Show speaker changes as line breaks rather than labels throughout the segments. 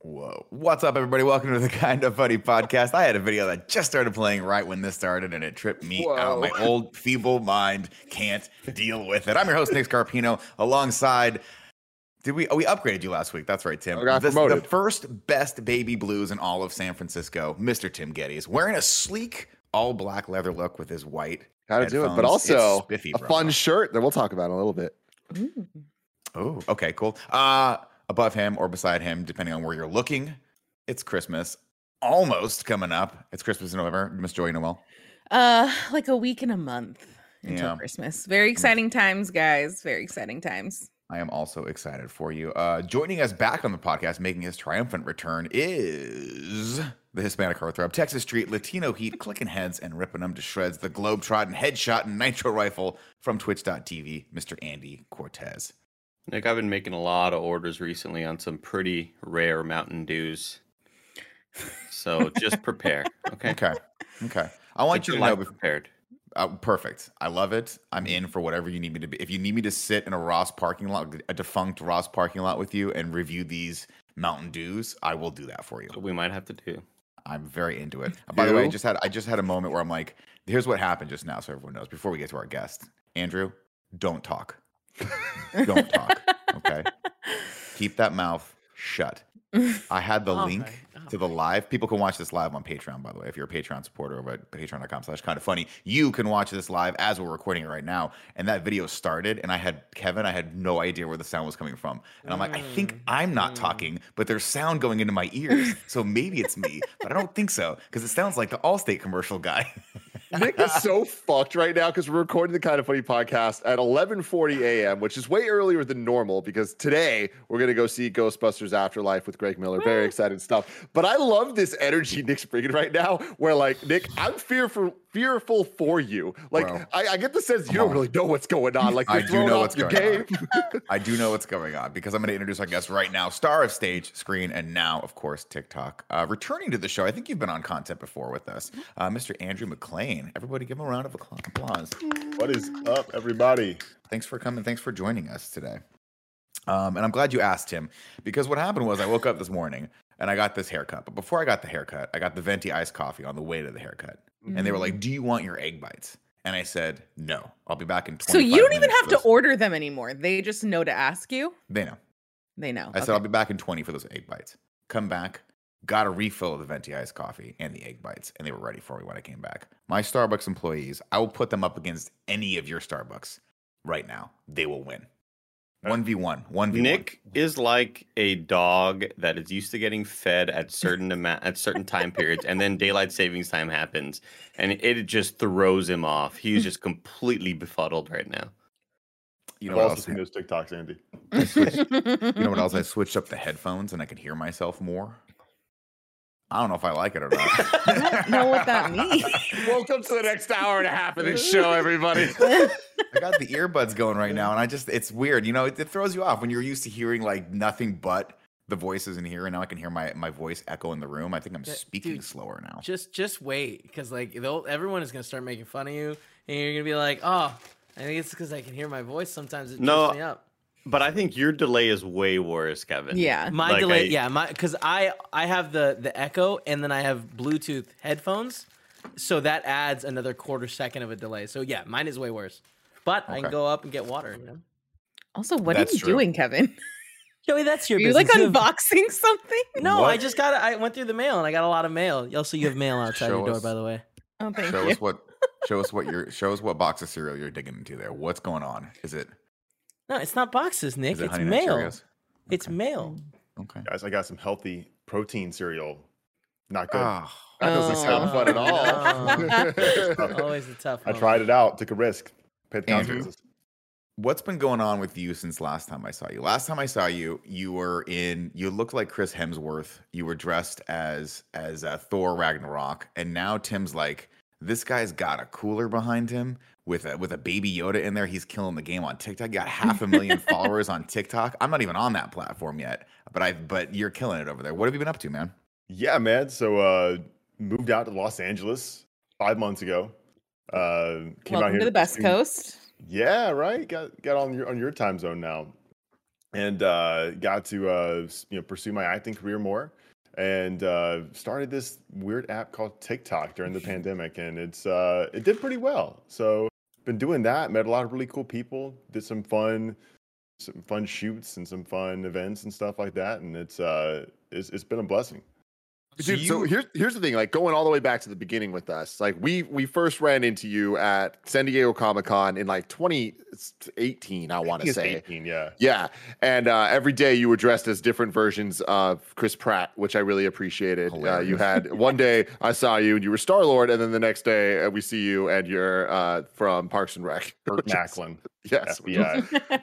Whoa. What's up, everybody? Welcome to the Kind of Funny podcast. I had a video that just started playing right when this started, and it tripped me
Whoa.
out. My old feeble mind can't deal with it. I'm your host, Nick Scarpino, alongside. Did we? Oh, we upgraded you last week. That's right, Tim.
I got
This- the
promoted.
first best baby blues in all of San Francisco, Mr. Tim Getty, is wearing a sleek all black leather look with his white.
How to do it, but
headphones. It's
also
spiffy,
a
bro.
fun shirt that we'll talk about in a little bit.
Oh, okay, cool. Uh above him or beside him, depending on where you're looking. It's Christmas. Almost coming up. It's Christmas in November. Miss Joy Noel.
Uh, like a week and a month until
Yeah. Mm.
Christmas. Very exciting times, guys. Very exciting times.
I am also excited for you. Uh joining us back on the podcast, making his triumphant return is the Hispanic heartthrob, Texas Street, Latino Heat, clicking heads and ripping them to shreds, the globetrotting headshot and nitro rifle from twitch.tv, Mr. Andy Cortez.
Nick, I've been making a lot of orders recently on some pretty rare Mountain Dews. So just prepare. Okay.
Okay. Okay. I want
Get
you
your
to know
life
bef-
prepared.
Uh, perfect. I love it. I'm in for whatever you need me to be. If you need me to sit in a Ross parking lot, a defunct Ross parking lot with you and review these Mountain Dews, I will do that for you.
What we might have to do.
I'm very into it. By the way, I
Dew?
just had I just had a moment where I'm like, here's what happened just now, so everyone knows. Before we get to our guest, Andrew, don't talk. don't talk. Okay. Keep that mouth shut. I had the
All
link
right, all
to the live. People can watch this live on Patreon, by the way. If you're a Patreon supporter over at patreon.com slash kind of funny, you can watch this live as we're recording it right now. And that video started, and I had Kevin, I had no idea where the sound was coming from. And I'm like, I think I'm not talking, but there's sound going into my ears. So maybe it's me, but I don't think so because it sounds like the Allstate commercial guy.
Nick is so fucked right now because we're recording the kind of funny podcast at 11:40 a.m., which is way earlier than normal because today we're gonna go see Ghostbusters Afterlife with Greg Miller. Very excited stuff. But I love this energy Nick's bringing right now, where like Nick, I'm fearful, fearful for you. Like
Bro.
I, I get the sense you
Come
don't
on.
really know what's going on. Like
I
you're
do
thrown
know
off
what's
your
going on.
game.
I do know what's going on because I'm going to introduce our guest right now, star of stage, screen, and now, of course, TikTok. Uh, returning to the show, I think you've been on content before with us, uh, Mr. Andrew McLean. Everybody give him a round of accla- applause.
What is up, everybody?
Thanks for coming. Thanks for joining us today. Um, and I'm glad you asked him because what happened was I woke up this morning and I got this haircut. But before I got the haircut, I got the venti iced coffee on the way to the haircut. And they were
Mm.
like, Do you want your egg bites? And I said, No, I'll be back in 25
Mm-hmm. So you don't even
minutes
have
for
to
those."
order them anymore. They just know to ask you.
They know.
They know.
I said,
Okay.
I'll be back in 20 for those egg bites. Come back, got a refill of the venti iced coffee and the egg bites, and they were ready for me when I came back. My Starbucks employees, I will put them up against any of your Starbucks right now. They will win. 1v1, 1v1.
Nick is like a dog that is used to getting fed at certain amount at certain time periods, and then daylight savings time happens, and it just throws him off. He's just completely befuddled right now.
you
You
know,
know
what
I've also
else,
seen those TikToks, Andy.
I switched, you know what else? I switched up the headphones and I could hear myself more. I don't know if I like it or not.
I don't know what that means.
Welcome to the next hour and a half of this show, everybody.
I got the earbuds going right now, and I just it's weird. You know, it, it throws you off when you're used to hearing like nothing but the voices in here, and now I can hear my my voice echo in the room. I think I'm
Yeah,
speaking
dude.
slower now.
Just just wait, because like they'll, everyone is gonna start making fun of you, and you're gonna be like, oh, I think it's because I can hear my voice. Sometimes it
No,
no, me up.
But I think your delay is way worse, Kevin.
yeah.
My
like
delay,
I-
yeah, my because I I have the the Echo, and then I have Bluetooth headphones, so that adds another quarter second of a delay. So yeah, mine is way worse. But I
Okay.
can go up and get water. You know?
Also, what
That's
are you
true.
doing, Kevin?
Joey, that's your
Are you like
business. You have-
unboxing something? Oh,
No, I
What?
just got. I went through the mail and I got a lot of mail. Also, you have mail outside
Show
your door,
us.
by the way.
Oh, thank
show
you.
us what show us what your show us what box of cereal you're digging into there. What's going on? Is it
No, it's not boxes, Nick.
is it
It's
Honey Nut
mail.
Cheerios?
It's
Okay.
mail.
Okay.
Guys, I got some healthy protein cereal. Not good.
Ah,
That doesn't sound
Oh,
fun at
no.
all.
Always a tough.
I
one.
tried it out, took a risk, paid the
Ah. Andrew.
consequences.
what's been going on with you since last time I saw you? Last time I saw you, you were in. You looked like Chris Hemsworth. You were dressed as as uh, Thor Ragnarok, and now Tim's like, this guy's got a cooler behind him with a with a baby Yoda in there. He's killing the game on TikTok. Got half a million followers on TikTok. I'm not even on that platform yet, but I but you're killing it over there. What have you been up to, man?
Yeah, man. So uh moved out to Los Angeles five months ago. Uh came out
Welcome
here
to the best
pursue-
coast.
Yeah, right. Got got on your on your time zone now, and uh, got to uh, s- you know pursue my acting career more, and uh, started this weird app called TikTok during the pandemic, and it's uh, it did pretty well. So been doing that. Met a lot of really cool people. Did some fun some fun shoots and some fun events and stuff like that, and it's uh, it's, it's been a blessing.
Dude, so here's here's the thing. Like going all the way back to the beginning with us. Like we we first ran into you at San Diego Comic Con in like 2018. I want
think
to
it's
say.
18, yeah.
Yeah, and uh, every day you were dressed as different versions of Chris Pratt, which I really appreciated. Uh, you
Hilarious.
had one day I saw you and you were Star Lord, and then the next day uh, we see you and you're uh, from Parks and Rec.
Burt
which is-
Macklin,
yes, which was-
FBI.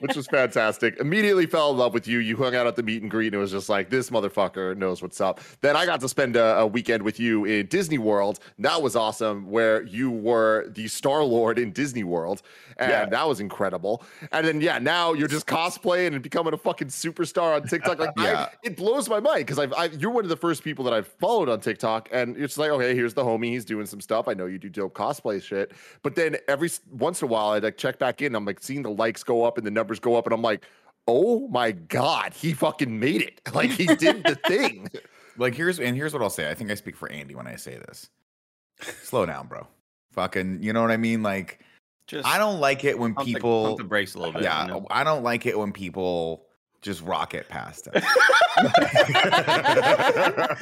which was fantastic. Immediately fell in love with you. You hung out at the meet and greet, and it was just like this motherfucker knows what's up. Then I got to spend a, a weekend with you in Disney World. That was awesome, where you were the Star Lord in Disney World, and
Yeah.
that was incredible. And then yeah, now you're just cosplaying and becoming a fucking superstar on TikTok. Like
Yeah.
I, it blows my mind because I've, i you're one of the first people that I've followed on TikTok, and it's like okay, here's the homie. He's doing some stuff. I know you do dope cosplay shit, but then every s- once in a while, I like check back in. I'm like seeing the likes go up and the numbers go up, and I'm like, oh my god, he fucking made it! Like he did the thing.
Like here's and here's what I'll say. I think I speak for Andy when I say this. Slow down, bro. Fucking, you know what I mean? Like
Just
I don't like it when
pump the-
people
pump the brakes a little bit. you
Yeah,
know?
I don't like it when people just rocket past us.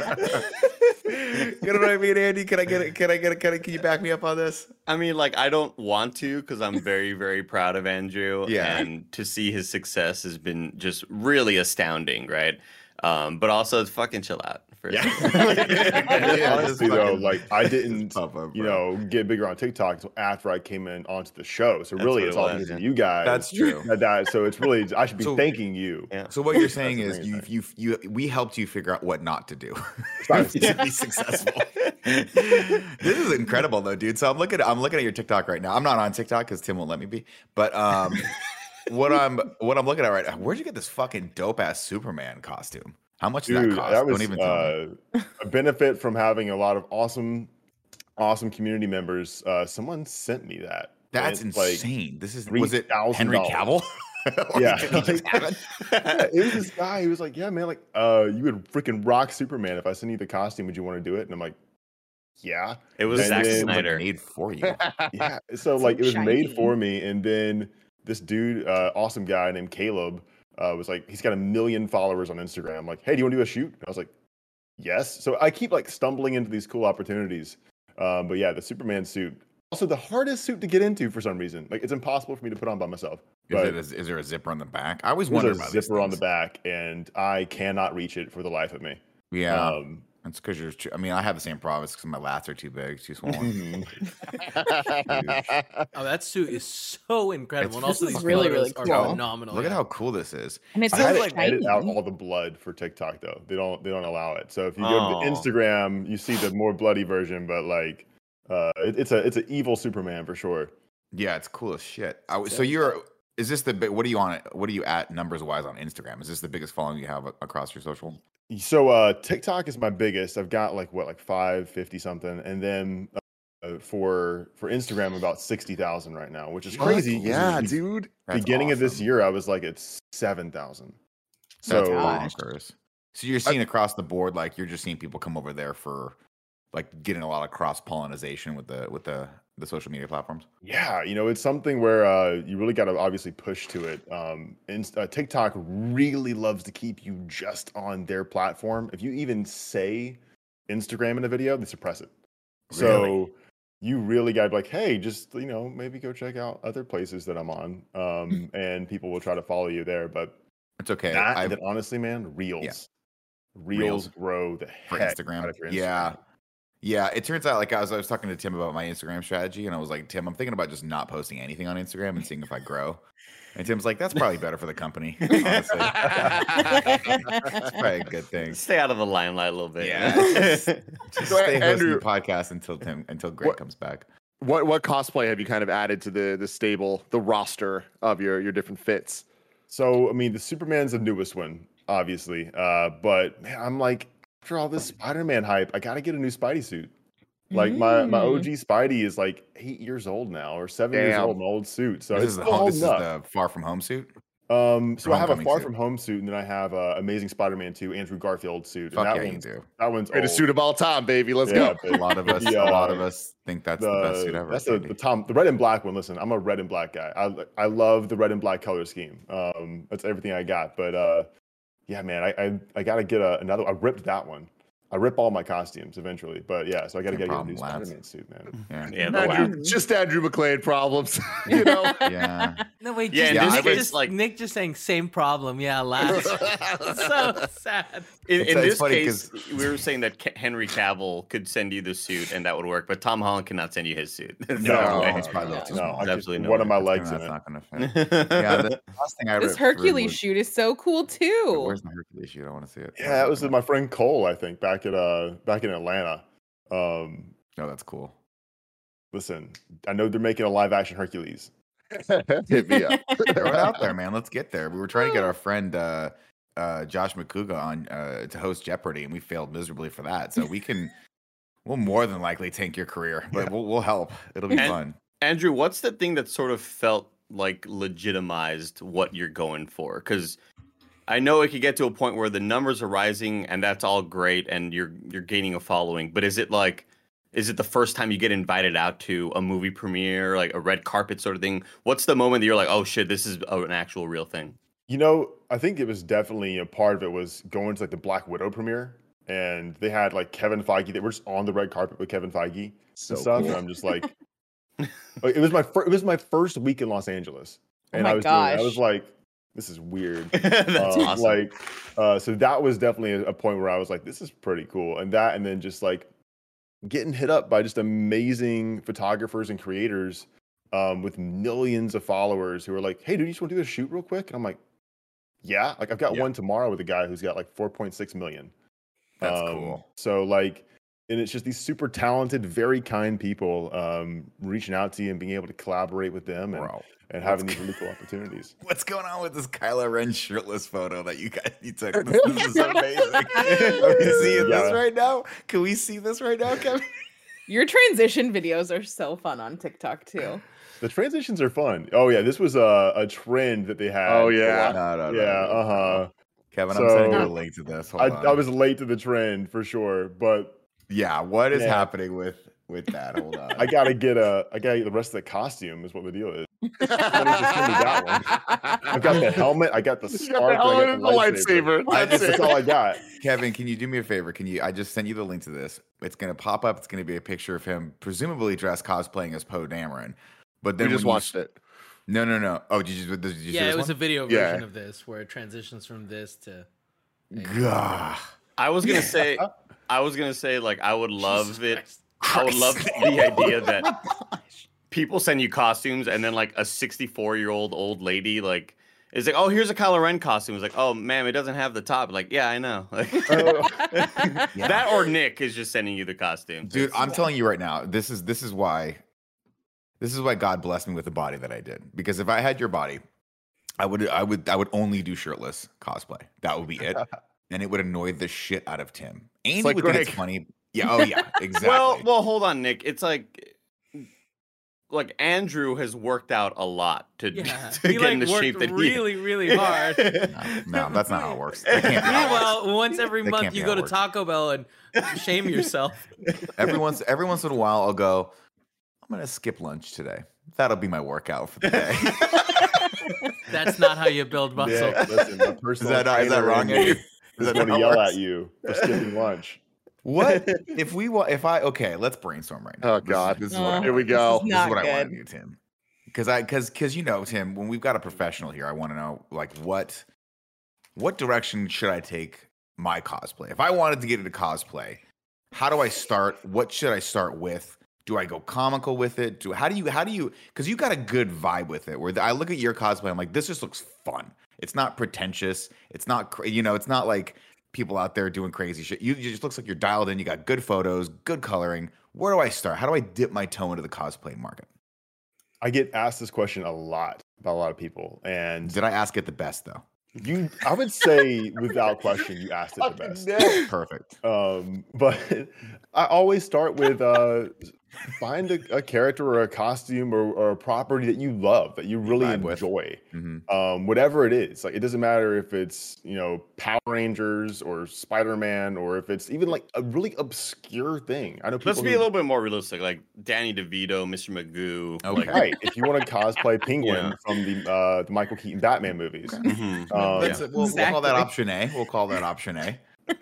you know what I mean, Andy? Can I get it? Can I get it? Can I? Can you back me up on this?
I mean, like, I don't want to because I'm very, very proud of Andrew.
Yeah.
And to see his success has been just really astounding, right? Um, but also, it's fucking chill out. For a second.
Yeah, just
honestly though,
fucking-
like I
just
didn't,
pop up,
you
bro.
know, get bigger on TikTok until after I came in onto the show. So
That's
really,
what
it's
it
all
was,
because of
yeah.
you guys.
That's true.
that- that- so it's really I should be
So-
thanking you.
Yeah.
So what you're saying
That's
is you
amazing.
you you we helped you figure out what not to do
Sorry.
to be successful. this is incredible though, dude. So I'm looking I'm looking at your TikTok right now. I'm not on TikTok because Tim won't let me be. But um what I'm what I'm looking at right now, where'd you get this fucking dope ass Superman costume? How much did
Dude,
that cost?
that was
Don't even tell me.
uh, a benefit from having a lot of awesome, awesome community members. Uh, someone sent me that. and
That's
it's,
insane. this is was it
$3,000.
Henry Cavill? Or
Yeah.
did he just have it?
yeah, it was this guy who was like, "Yeah, man, like, uh, you would freaking rock Superman if I send you the costume. Would you want to do it?" And I'm like, "Yeah."
it was
And
Zack
then-
It was, like,
Snyder.
made for you.
yeah so
It's
like it was made
shiny.
for me and then this dude uh awesome guy named caleb uh was like he's got a million followers on instagram I'm like hey do you want to do a shoot and i was like yes so i keep like stumbling into these cool opportunities um but yeah the superman suit also the hardest suit to get into for some reason like it's impossible for me to put on by myself
Is,
but
it a, is there a zipper on the back? I always wonder
there's
about
a
these
zipper on the
things.
back and i cannot reach it for the life of me
Yeah.
um
That's because you're. tr- I mean, I have the same problem. It's because my lats are too big, too swollen.
mm-hmm.
Oh, that suit is so
It's-
incredible. and also
this
these
is really,
photos
really
are
cool.
phenomenal.
Look at
yeah.
how cool this is.
and it's
I
so
had to
shiny.
edit out all the blood for TikTok though. They don't they don't allow it. So if you go
Oh.
to Instagram, you see the more bloody version, but like uh it, it's a it's an evil Superman for sure.
Yeah, it's cool as shit. I w so you're. Is this the big? What are you on? What are you at numbers wise on Instagram? Is this the biggest following you have a- across your social?
So uh TikTok is my biggest. I've got like what like 550 something and then uh, for for Instagram about 60,000 right now, which is
Fuck
crazy. 'cause
yeah,
the
dude.
That's
Beginning of this
awesome.
year I was like it's 7,000.
That's
so-
bonkers. um, So you're seeing across the board, like you're just seeing people come over there for, like, getting a lot of cross pollination with the with the the social media platforms.
Yeah, you know, it's something where uh, you really got to obviously push to it. Um, and uh, TikTok really loves to keep you just on their platform. If you even say Instagram in a video, they suppress it. So you really got to be like, hey, just you know, maybe go check out other places that I'm on,
Hmm.
um, and people will try to follow you there. But
It's okay.
that,
I've-
and then honestly, man, reels, reels,
Reels.
grow the
for
heck
Instagram.
out of your Instagram.
Yeah. Yeah, it turns out like I was I was talking to Tim about my Instagram strategy, and I was like, Tim, I'm thinking about just not posting anything on Instagram and seeing if I grow. And Tim's like, that's probably better for the company. Honestly, it's probably a good thing.
Stay out of the limelight a little bit.
Yeah. Just
So,
stay hosting
Andrew-
the podcast until Tim until Greg
What-
comes back.
What what cosplay have you kind of added to the the stable, the roster of your your different fits?
So I mean, the Superman's the newest one, obviously. Uh, but man, I'm like, after all this Spider-Man hype, I gotta get a new Spidey suit. Like my my
Mm.
OG Spidey is like eight years old now, or seven years
Damn.
old, my old suit. So
this
it's
is the
still
home, this is
holding up.
the far from home suit.
Um, so I have a
Homecoming
Far
suit.
From Home suit, and then I have uh, Amazing Spider-Man 2, Andrew Garfield suit.
Fuck
and
yeah,
that
you
one's
do.
that one's
Greatest suit of all time, baby. Let's
Yeah,
go.
A lot of us, a
Yeah.
lot of us think that's the, best suit ever.
That's the,
Sandy.
the Tom, the red and black one. Listen, I'm a red and black guy. I I love the red and black color scheme. Um, that's everything I got. But uh, yeah, man, I I, I gotta get a, another. I ripped that one. I rip all my costumes eventually. But yeah, so I gotta,
No
gotta get a
problem,
new
lads.
Spider-Man suit, man.
yeah.
Yeah, the
Andrew-
lab.
Andrew, just Andrew McLean problems, you know.
yeah.
No, wait.
Yeah,
Just,
and this
Nick,
was
just,
like-
Nick just saying same problem. Yeah, last. so sad.
In,
It's-
in
it's
this
funny
case,
'cause-
we were saying that Ca- Henry Cavill could send you the suit and that would work, but Tom Holland cannot send you his suit. There's
No,
way.
it's probably a little too
No,
small.
I
There's
could-
absolutely no
one of
way.
my
That's
legs
gonna-
in it.
that's not gonna fit. Yeah, the last thing I
This
ripped through
Hercules
was-
shoot is so cool
Wait,
too.
Where's the Hercules shoot? I want to see it.
Yeah, that was with
No,
my friend Cole, I think, back at uh back in Atlanta. Um,
that's cool.
listen, I know they're making a live action Hercules.
Hit me up.
Throw it out there, man. Let's get there. We were trying to get our friend uh, uh, Josh McCouga on uh, to host Jeopardy, and we failed miserably for that. So we can, we'll more than likely tank your career, but we'll, we'll help. It'll be
And-
fun.
Andrew, what's the thing that sort of felt like legitimized what you're going for? Because I know it could get to a point where the numbers are rising and that's all great and you're you're gaining a following, but is it like is it the first time you get invited out to a movie premiere, like a red carpet sort of thing? What's the moment that you're like, oh shit, this is a- an actual real thing?
You know, I think it was definitely a part of it was going to like the Black Widow premiere, and they had like Kevin Feige. They were just on the red carpet with Kevin Feige
So
and stuff. And
cool.
I'm just like, like, it was my fir- it was my first week in Los Angeles,
Oh
and
my
I was doing it. I
gosh.
was like, this is weird.
that's
Oh,
Um,
awesome.
Like, uh, so that was definitely a, a point where I was like, this is pretty cool. And that, and then just like getting hit up by just amazing photographers and creators um, with millions of followers who are like, hey, dude, you just want to do a shoot real quick? And I'm like, yeah. Like, I've got
Yeah.
one tomorrow with a guy who's got like 4.6 million.
That's
Um,
cool.
So, like, and it's just these super talented, very kind people um, reaching out to you and being able to collaborate with them and,
Bro,
and having these really cool opportunities.
what's going on with this Kylo Ren shirtless photo that you guys you took? This, this is amazing. Are we seeing
Yeah.
this right now? Can we see this right now, Kevin?
Your transition videos are so fun on TikTok too.
The transitions are fun. Oh yeah, this was a, a trend that they had.
Oh,
for a
yeah.
No,
while.
no, no.
yeah. Uh huh.
Kevin, I'm sending you a
So-
link to this. Hold
I,
on.
I was late to the trend for sure, but
yeah. What is
Yeah.
happening with with that? Hold on.
I gotta get a. uh, I gotta get the rest of the costume. Is what the deal is. that I got the helmet. I got the
You got
scarf.
the
and I got
helmet and the lightsaber.
I
That's
That's,
it.
that's all I got.
Kevin, can you do me a favor? Can you? I just sent you the link to this. It's gonna pop up. It's gonna be a picture of him, presumably dressed cosplaying as Poe Dameron. But
We
then
just
when you-
watched it.
No, no, no. Oh, did you? Did you see
Yeah,
this
it was a
one?
video
Yeah.
version of this where it transitions from this to.
Gah.
I was gonna say, I was gonna say, like, I would love
Jesus
it.
Christ. Oh
I would love the idea that people send you costumes and then like a 64 year old old lady like is like, oh, here's a Kylo Ren costume. It's like, oh, ma'am, it doesn't have the top. Like, yeah, I know. Like,
Oh.
That or Nick is just sending you the costume,
dude i'm telling you right now this is this is why this is why god blessed me with the body that i did because if i had your body i would i would i would only do shirtless cosplay that would be it and it would annoy the shit out of tim and
like
would think it's
Greg.
funny yeah oh yeah exactly
Well, well, hold on, Nick. It's like, like Andrew has worked out a lot to,
Yeah,
to
he
get
like
in the
worked
shape that
really, really
he
hard.
no, no that's not how it works That can't be how it works.
Meanwhile, once every
That
month
can't
you
be how
go
it
to
works.
Taco Bell and shame yourself.
every once every once in a while i'll go i'm gonna skip lunch today that'll be my workout for the day
That's not how you build muscle.
Yeah, listen, my
is
personal
that is that
trainer
wrong
in me
Andrew? Is
Just
that
want
how
to
it
yell
works?
at you for skipping lunch.
What if we want? If I okay, let's brainstorm right now.
Oh,
This is-
God.
this is, what I
Oh,
Here we
wanna-
go.
This
Not
is what I want
good.
to do, Tim. Because I because because you know, Tim, when we've got a professional here, I want to know like what what direction should I take my cosplay? If I wanted to get into cosplay, how do I start? What should I start with? Do I go comical with it? Do how do you how do you because you got a good vibe with it where I look at your cosplay, I'm like, this just looks fun. It's not pretentious. It's not cra- you know, it's not like people out there doing crazy shit. You, you just looks like you're dialed in. You got good photos, good coloring. Where do I start? How do I dip my toe into the cosplay market?
I get asked this question a lot by a lot of people, and
Did I ask it the best though?
you, I would say without question, you asked it the
Fucking
best.
nailed it.
Perfect.
um but i always start with uh find a, a character or a costume or, or a property that you love that you really
vibe with.
enjoy
hmm
um whatever it is like it doesn't matter if it's you know power rangers or spider-man or if it's even like a really obscure thing i know people
Let's be
who-
a little bit more realistic, like Danny DeVito, Mr. Magoo.
Okay.
Like,
right if you want to cosplay penguin
Yeah.
from the uh the michael keaton batman movies
mhm,
um
That's it. We'll, we'll call that
Exactly.
option A. We'll call that option A.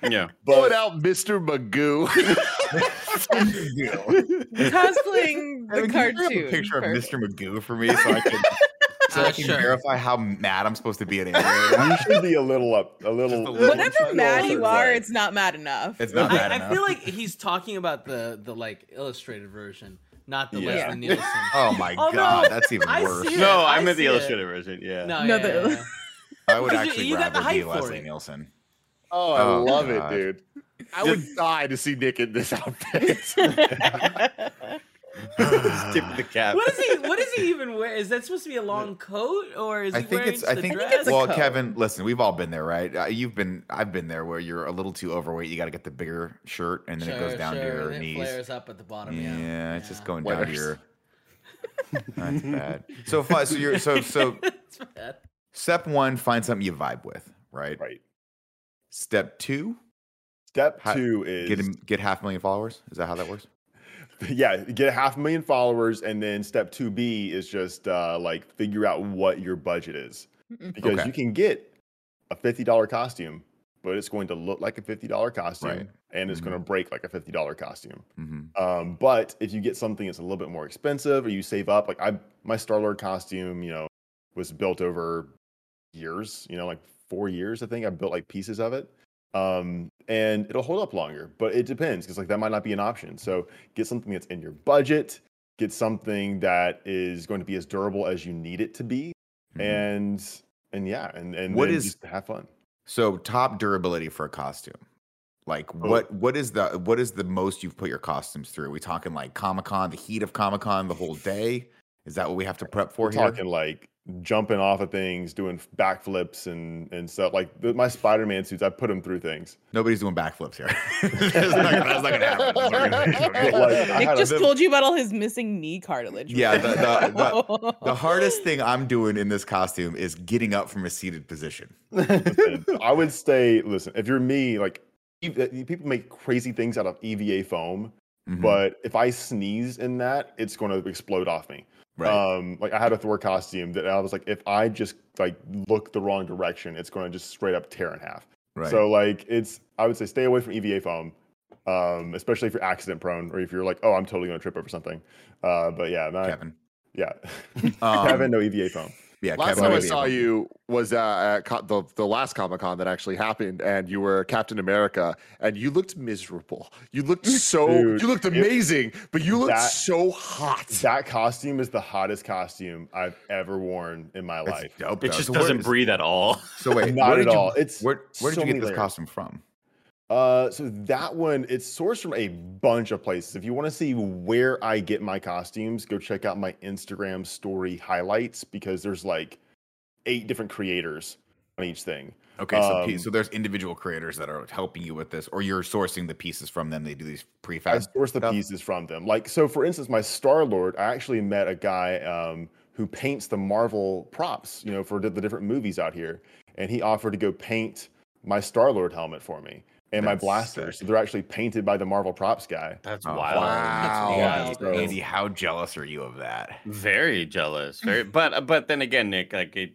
yeah.
Put
but
out Mr. Magoo.
Cosplaying
Evan, can
the
you bring up
cartoon.
a picture
Perfect.
of Mr. Magoo for me so I can, so I
Uh,
can
sure.
verify how mad I'm supposed to be at Andrew.
you should be a little up a little
little
Whatever mad you are,
Right.
it's not mad enough.
It's not bad
I,
enough.
I feel like he's talking about the the like illustrated version, not the
Yeah.
Leslie Nielsen.
oh my
Oh, no.
god, that's even
I
worse.
see it.
No, I
I
meant the
see it.
illustrated version. Yeah.
No,
No,
yeah,
the-
yeah, yeah.
I would
You-
actually
you got the
rather be
hype for
Leslie
it.
Nielsen.
Oh, I
Oh,
love
God.
it, dude. I would die to see Nick in this outfit.
Just tip of the cap.
What is he? What does he even wear? Is that supposed to be a long coat, or is he
I think
wearing
it's.
just
I
the
think.
dress?
well, Kevin, listen, we've all been there, right? Uh, you've been. I've been there where you're a little too overweight. You got to get the bigger shirt, and then it goes
Sure,
down
sure,
to your
and it
knees.
flares up at the bottom. Yeah,
yeah, it's just
yeah.
going down to
Winners.
your. That's bad. So, fi- so you're so so.
It's bad.
Step one: find something you vibe with, right?
right
Step two:
step
How-
two is
get him, get half a million followers. Is that how that works?
yeah get a half a million followers and then step 2b is just uh like figure out what your budget is
Mm-mm.
because
Okay.
you can get a $50 costume but it's going to look like a $50 costume
Right.
and it's going to break like a $50 costume
Mm-hmm.
um but if you get something that's a little bit more expensive or you save up like i my star lord costume you know was built over years you know like four years i think i built like pieces of it um and it'll hold up longer but it depends because like that might not be an option so get something that's in your budget get something that is going to be as durable as you need it to be
Mm-hmm.
and and yeah and and
What
then
is-
just have fun
So top durability for a costume. Like
Oh.
what what is the what is the most you've put your costumes through? we talking like Comic Con, the heat of Comic Con, the whole day? Is that what we have to prep for
We're
here?
talking like jumping off of things, doing backflips and and stuff. Like the, my Spider-Man suits, I put them through things.
Nobody's doing backflips here. that's, not, gonna- that's not gonna happen. That's not gonna- it's not gonna-
Like, I
Nick
had
just
a,
told you about all his missing knee cartilage.
Yeah, the- the- the hardest thing I'm doing in this costume is getting up from a seated position.
listen, I would say, listen, if you're me, like ev- uh, people make crazy things out of EVA foam,
Mhm.
but if I sneeze in that, it's going to explode off me.
right.
Um, like I had a Thor costume that I was like, if I just like look the wrong direction, it's going to just straight up tear in half.
right.
So like it's I would say stay away from EVA foam, um, especially if you're accident prone or if you're like, oh, I'm totally gonna trip over something. Uh, but yeah, not,
Kevin.
yeah,
Um,
Kevin, no EVA foam.
Yeah,
last
Kevin
time I
would be
saw
able-
you was uh, at co- the the last Comic Con that actually happened, and you were Captain America, and you looked miserable. You looked so
Dude,
you looked
it-
amazing, but you looked
that-
so hot.
That costume is the hottest costume I've ever worn in my
That's
life.
dope.
It
though.
just
So where
doesn't
is-
breathe at all.
So wait,
Not
where
at
did you-
all. It's
where, where did
so
you get
many
this
layers.
costume from?
Uh, so that one it's sourced from a bunch of places. If you want to see where I get my costumes, go check out my Instagram story highlights because there's like eight different creators on each thing.
Okay, so pe-
Um,
so there's individual creators that are helping you with this, or you're sourcing the pieces from them. They do these
I
prefabs.
source the
stuff?
pieces from them. Like so, for instance, my Star Lord, I actually met a guy um, who paints the Marvel props, you know, for the the different movies out here, and he offered to go paint my Star Lord helmet for me and my
That's
blaster.
sick.
So they're actually painted by the Marvel props guy.
That's
Oh,
wild.
Wow.
Andy,
Wild.
Andy, how jealous are you of that?
Very jealous. Very, but but then again, Nick, like it,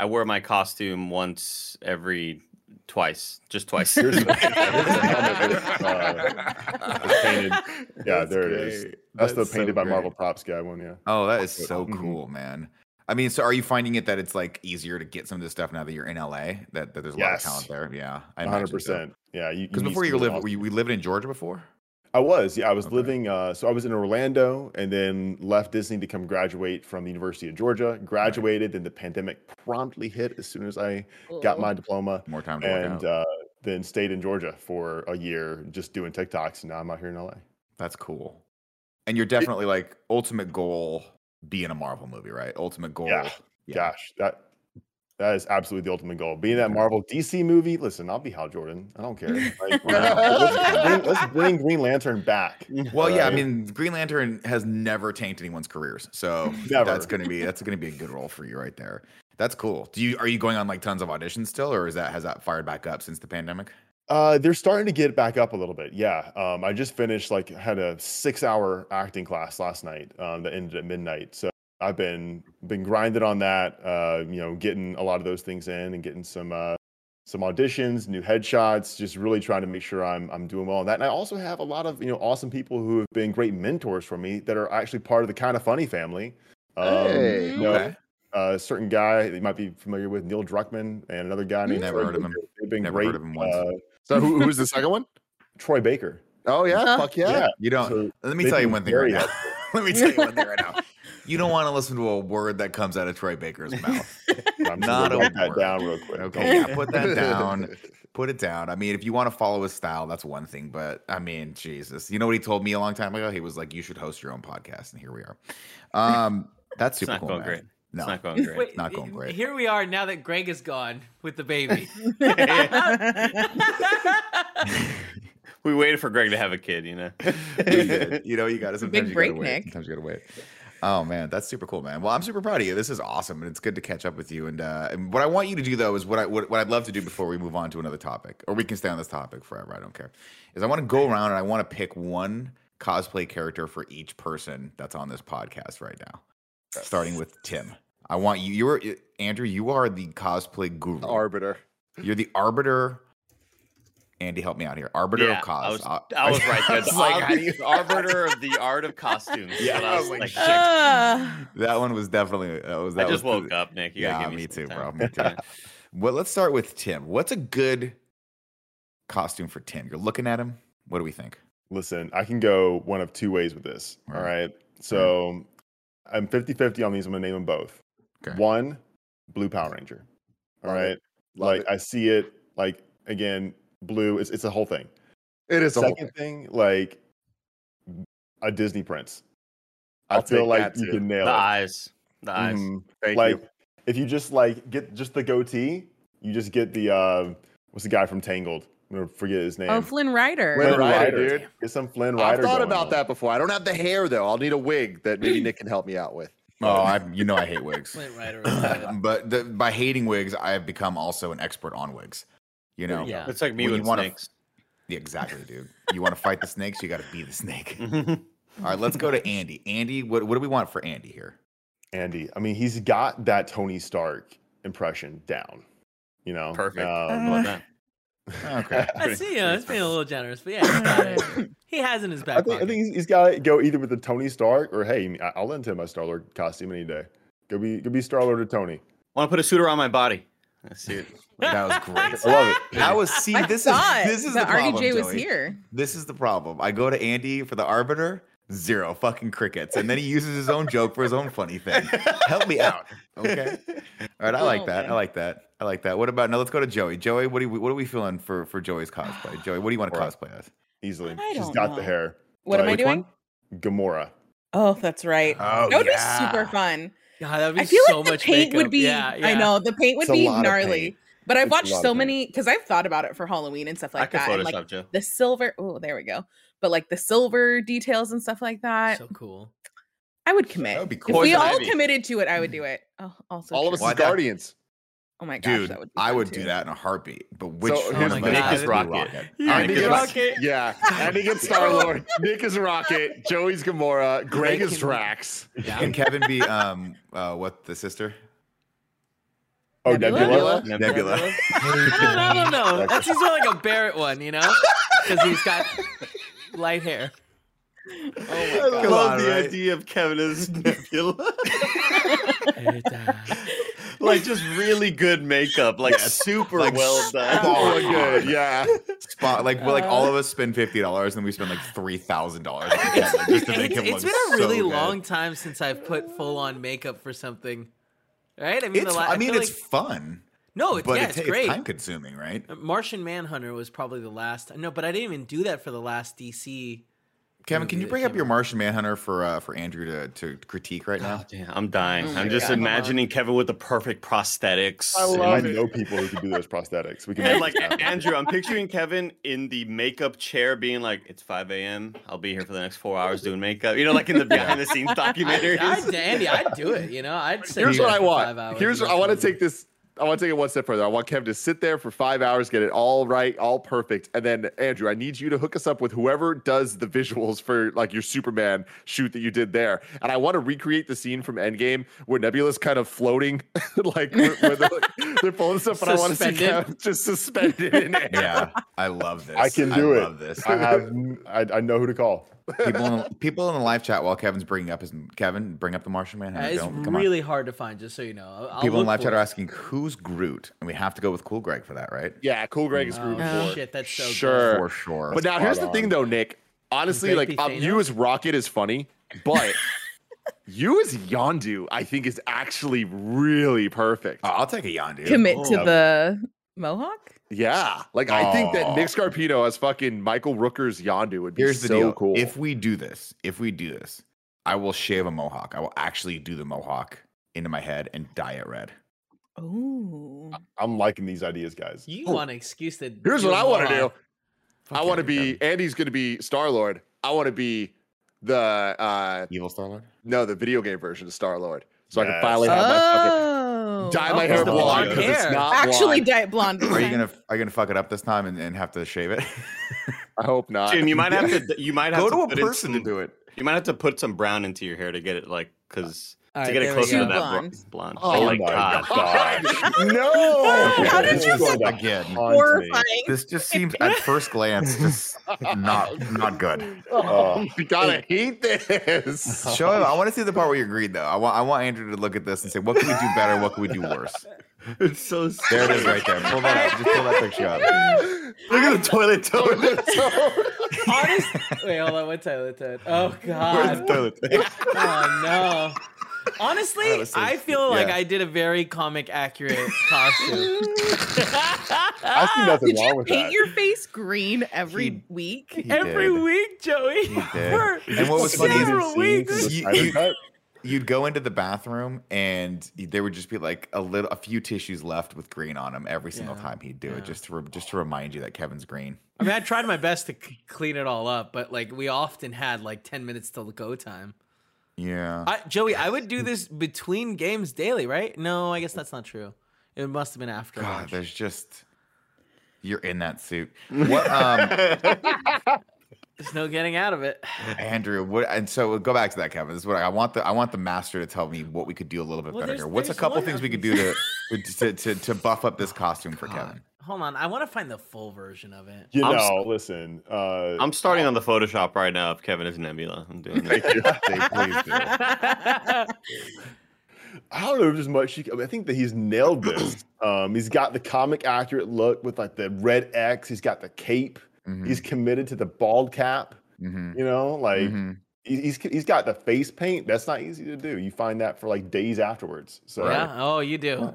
I wear my costume once every, twice, just twice.
Here's the, here's the helmet with, uh, with painted. Yeah,
That's
there it is.
great.
That's,
That's
the painted
so
by
great.
Marvel props guy one. Yeah.
Oh, that is so
Mhm.
cool, man. I mean, so are you finding it that it's like easier to get some of this stuff now that you're in LA? That, that there's a lot of
Yes.
talent there. Yeah, I
One
imagine
hundred
so.
percent. Yeah, you
Because
need
before you
something
lived,
awesome.
we, we lived in Georgia before.
I was, yeah, I was
Okay.
living. Uh, so I was in Orlando, and then left Disney to come graduate from the University of Georgia. Graduated, then the pandemic promptly hit as soon as I got my diploma,
More time to work out.
and uh, then stayed in Georgia for a year, just doing TikToks. And now I'm out here in LA.
That's cool. And you're definitely like ultimate goal be in a Marvel movie, right? Ultimate goal.
Yeah. Gosh, that that is absolutely the ultimate goal. Being that
Okay.
Marvel DC movie, listen, I'll be Hal Jordan. I don't care. Like,
Wow.
let's, bring, let's bring Green Lantern back.
Well, yeah, I
Right.
mean, Green Lantern has never tanked anyone's careers, so that's
Never.
gonna be that's gonna be a good role for you right there. That's cool. Do you are you going on like tons of auditions still, or is that has that fired back up since the pandemic?
Uh, they're starting to get back up a little bit. Yeah. Um, I just finished like had a six hour acting class last night um, that ended at midnight. So I've been been grinding on that. Uh, you know, getting a lot of those things in and getting some uh, some auditions, new headshots. Just really trying to make sure I'm I'm doing well on that. And I also have a lot of you know awesome people who have been great mentors for me that are actually part of the kind of funny family. Um,
Hey,
you know,
okay.
uh, a certain guy that you might be familiar with, Neil Druckmann, and another guy named
Mm, Never
Troy
heard of him.
Baker. They've been
Never
great.
heard of him once.
uh,
So who, who's the second one?
Troy Baker.
Oh yeah,
Huh?
fuck yeah.
You don't.
Uh, So
let me
they've
tell you
been
one thing right
very
now. let me tell you one thing right now. You don't want to listen to a word that comes out of Troy Baker's mouth.
I'm just
Not
gonna
a
write that
word.
down real quick.
Okay, yeah, put that down. put it down. I mean, if you want to follow his style, that's one thing. But I mean, Jesus, you know what he told me a long time ago? He was like, "You should host your own podcast," and here we are. Um, that's
It's
super
not
cool.
going
man.
great.
No,
It's not going great.
Wait,
not going great.
Here we are now that Greg is gone with the baby.
We waited for Greg to have a kid, you know.
We did. you know, you got to
big
sometimes you gotta
break,
wait.
Nick.
Sometimes you got to wait. Oh man, that's super cool, man. Well, I'm super proud of you. This is awesome, and it's good to catch up with you. And, uh, and what I want you to do though is what I what, what I'd love to do before we move on to another topic, or we can stay on this topic forever. I don't care. Is I want to go around and I want to pick one cosplay character for each person that's on this podcast right now, starting with Tim. I want you. You're Andrew. You are the cosplay guru.
Arbiter.
you're the arbiter. Andy, help me out here. Arbiter
Yeah,
of cause.
I was,
Uh,
I was right.
I
That's
was like, how do you-
arbiter of the art of costumes.
Yeah,
That's what
I
I
was
was
like,
like,
shit.
shit.
Ah.
that one was definitely that was that
I just
was
woke up, Nick. You gotta
yeah,
give
me, too,
some
bro.
time.
Me too. well, let's start with Tim. What's a good costume for Tim? You're looking at him. What do we think?
Listen, I can go one of two ways with this. All
Right.
right. So I'm 50 50 on these. I'm going to name them both.
Okay.
One, Blue Power Ranger. All
Love
right.
it. Love
like, I see it. Like, again, blue, it's, it's a whole thing.
it. it is a whole
Second thing, like a Disney prince. i
I'll
feel
take
like
that
you
too.
can nail
The
it.
eyes. The eyes.
Mm-hmm.
Mhm.
Thank
like
you.
if you just like get just the goatee, you just get the uh what's the guy from Tangled? I'm gonna forget his name.
oh, Flynn Rider.
Flynn Rider, dude.
Get some Flynn
I've
Rider.
thought
going
about
on.
that before. I don't have the hair though. I'll need a wig that maybe Nick can help me out with.
Oh, I, you know I hate wigs.
Flint Rider.
but the, by hating wigs, I have become also an expert on wigs. You know,
Yeah.
It's like me
Well, you
with
wanna-
snakes.
Yeah, exactly, dude. You want to fight the snakes, you got to be the snake.
Mhm.
All right, let's go to Andy. Andy, what, what do we want for Andy here?
Andy. I mean, he's got that Tony Stark impression down. You know,
Perfect.
Um,
Love that.
Okay.
I see. Uh, it's being a little generous, but yeah, he's got it. he has in his back
I think, I
pocket.
think he's, he's got to go either with the Tony Stark or hey, I- I'll lend him my Star Lord costume any day. Go be go be Star Lord or Tony.
Want to put a suit around my body. I see it.
That was great.
I love it.
That was see.
I
This is
thought
this is the,
the,
problem,
RDJ was
Joey.
here.
This is the problem. I go to Andy for the arbiter, zero fucking crickets, and then he uses his own joke for his own funny thing. Help me out, okay? All right, I like
Oh,
that. I
man.
like that. I like that. What about now? Let's go to Joey. Joey, what do we, what are we feeling for for Joey's cosplay? Joey, what do you want to
Right.
cosplay as?
Easily,
I
she's
don't
got the
know.
hair.
What am I
Which
doing?
Gamora.
Oh, that's right.
Oh,
that would
yeah.
be super fun.
God, that would be
I feel
so
like the
much
paint
makeup.
would be.
Yeah, yeah.
I know the paint would
It's a
be
lot of
gnarly.
paint.
But I've
It's a
watched so
lot of paint.
many because I've thought about it for Halloween and stuff
I
like
could
that. And like
Photoshop Joe.
the silver. Oh, there we go. But like the silver details and stuff like that.
So cool.
I would commit.
would be
If we
Poison Mm-hmm.
all
Ivy.
committed to it, I would do it. Oh, also
All of us
true.
Why
as
that-
guardians.
Oh my gosh,
Dude,
that would be
I
fun
would
too.
do that in a heartbeat. But which
So,
one
Oh
of
my
us
God.
would be
Rocket.
All right,
Nick is
because-
Rocket. Yeah. Andy gets Star Lord. Nick is Rocket. Joey's Gamora. Greg is
can-
Drax.
Can Kevin be um uh what the sister?
Oh,
Nebula?
Nebula.
Nebula.
I don't, I don't know. That seems more like a Barrett one, you know, because he's got light hair.
I
Come
love
on,
the
right?
idea of Kevin as Nebula.
It, uh,
like just really good makeup, like super
Like,
well done.
spot-
Oh, good. Yeah.
Spot like we're like all
Uh.
of us spend fifty dollars and we spend like three thousand dollars just to make
It's-
him look
it's been
so
a really
good.
long time since I've put full on makeup for something. Right? I mean,
It's,
the la-
I mean,
feel
it's
like-
fun,
no, it's,
but
yeah,
it's,
it's, great.
time consuming, right?
Martian Manhunter was probably the last. No, but I didn't even do that for the last DC.
Kevin, can
movie
you
that
bring up
came
your
out.
Martian Manhunter for uh, for Andrew to, to critique right now?
Oh, damn, I'm dying.
Oh my
I'm just
God.
imagining Kevin with the perfect prosthetics.
I
and-
I
love it.
know people who can do those prosthetics. We can
And
make
like
this happen.
Andrew, I'm picturing Kevin in the makeup chair being like, it's 5 a.m. I'll be here for the next four hours doing makeup. You know, like in the behind the scenes documentaries.
I'd, Andy, I'd do it. You know, I'd. sit
Here's
there
what I
for five
want.
hours
Here's
and
I want to
watch a movie.
take this. I want to take it one step further. I want Kevin to sit there for five hours, get it all right, all perfect, and then Andrew, I need you to hook us up with whoever does the visuals for like your Superman shoot that you did there. And I want to recreate the scene from Endgame where Nebula's kind of floating, like where, where they're, like, they're pulling stuff. But I want to see
Suspended.
Kevin just suspended in air.
Yeah, I love this.
I can do it.
Love this.
I have. n- I, I know who to call.
people in the, people in the live chat while Kevin's bringing up his Kevin bring up the Martian
Uh,
Manhunter.
it's
Don't come
really hard to find, just so you know. I'll- I'll
on. People in
look
the live
for
chat
it.
are asking who's Groot, and we have to go with Cool Greg for that, right?
Yeah, Cool Greg is
Oh,
Groot.
for it.
shit, that's so
Sure.
For sure.
But now here's the
on.
thing, though, Nick. Honestly,
Baby
like um, you
Thanos?
as Rocket is funny, but you as Yondu, I think, is actually really perfect.
Oh, I'll take a Yondu.
Commit to
Oh.
the mohawk.
yeah, like I think that Nick
Aw.
Scarpino as fucking Michael Rooker's Yondu would be
Ah. Here's the
so
deal.
cool.
If we do this, if we do this, I will shave a mohawk. I will actually do the mohawk into my head and dye it red.
Oh,
I'm liking these ideas, guys.
You
Oh.
want an excuse to?
here's
do
what I want to
more.
do. I want to be Andy's going to be Star Lord. I want to be the uh
Evil Star Lord.
no the video game version of Star Lord, so I can
Yes.
finally have my fucking.
oh,
Dye my
Oh,
hair
the
blonde
blonde
because it's
hair.
not
actually
blonde.
dye it blonde. this
Are you
time.
gonna are you gonna fuck it up this time and, and have to shave it?
I hope not.
Jim, you might have to. You might have
Go
to,
to a
put in
person to
some-
do it.
You might have to put some brown into your hair to get it like because
Uh, All
to
right,
get it
there we
closer to
go.
that bro-
Blonde.
blonde. uh,
Oh my God.
no.
How did
This
you
is going to
again?
haunt me.
horrifying?
This just seems at first glance just not not good.
Oh, you gotta hate this.
Show him. I want to see the part where you agreed though. I want I want Andrew to look at this and say, what can we do better? What can we do worse?
It's so. Sick.
There it is right there. Pull that up. Just pull that picture up.
Look at the toilet toilet.
Honest. Wait, hold on. One time. One time. Oh
Where's the
god.
toilet?
Oh no. Honestly,
Honestly,
I feel like
yeah.
I did a very comic accurate costume.
I see nothing
Ah, Did
wrong
you
with
paint
that.
your face green every
He-
week?
He
Every
did.
week, Joey.
He did.
For
And what was funny is
several weeks.
You-
You,
you- you'd go into the bathroom and there would just be like a little a few tissues left with green on them every single
Yeah.
time he'd do
Yeah.
it just to re- just to remind you that Kevin's green.
I mean, I tried my best to c- clean it all up, but like we often had like ten minutes till the go time.
Yeah.
I, Joey, I would do this between games daily, right? No, I guess that's not true. It must have been after.
God,
lunch.
there's just you're in that suit. What um
There's no getting out of it.
Andrew, what and so we'll go back to that, Kevin. This is what I, I want the I want the master to tell me what we could do a little bit
Well,
better
there's-
here. What's a
there's
couple
one
things
of
we could do
these.
to to, to to buff up this costume for
God.
Kevin?
Hold on, I want to find the full version of it.
you
I'm s-
know, listen. Uh,
I'm starting on the Photoshop right now. If Kevin is Nebula, I'm doing it.
thank you.
They please do.
I don't know if there's much. You, can- I, mean, I think that he's nailed this. Um, he's got the comic accurate look with like the red X. He's got the cape.
Mm-hmm.
Mhm,
He's committed to the bald cap.
mhm,
You know, like
Mm-hmm.
mhm.
he- he's he's got the face paint. That's not easy to do. You find that for like days afterwards. So,
Yeah. Oh, you do.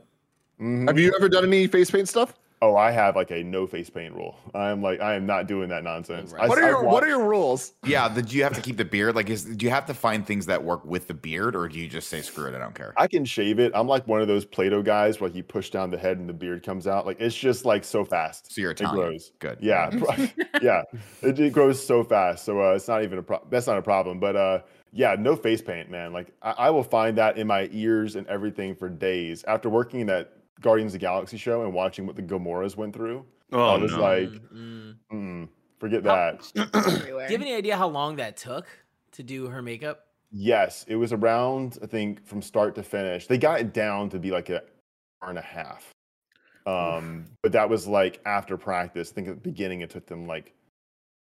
mhm.
Have you ever done any face paint stuff?
oh, I have like a no face paint rule. I am like I am not doing that nonsense. I,
What are
I
your What
watch-
are your rules?
Yeah, the, do you have to keep the beard? Like, is do you have to find things that work with the beard, or do you just say screw it, I don't care?
I can shave it. I'm like one of those Play-Doh guys where like, you push down the head and the beard comes out. Like it's just like so fast.
So you're
it
Italian.
grows.
Good.
Yeah, pro- yeah, it, it grows so fast. So uh, it's not even a pro- that's not a problem. But uh, yeah, no face paint, man. Like I, I will find that in my ears and everything for days after working that Guardians of the Galaxy show and watching what the Gamoras went through.
Oh
I was
no.
like,
Mm, mm.
mm, forget that.
Do you have any idea how long that took to do her makeup?
Yes, it was around. I think from start to finish, they got it down to be like an hour and a half. Um, but that was like after practice. I think at the beginning it took them like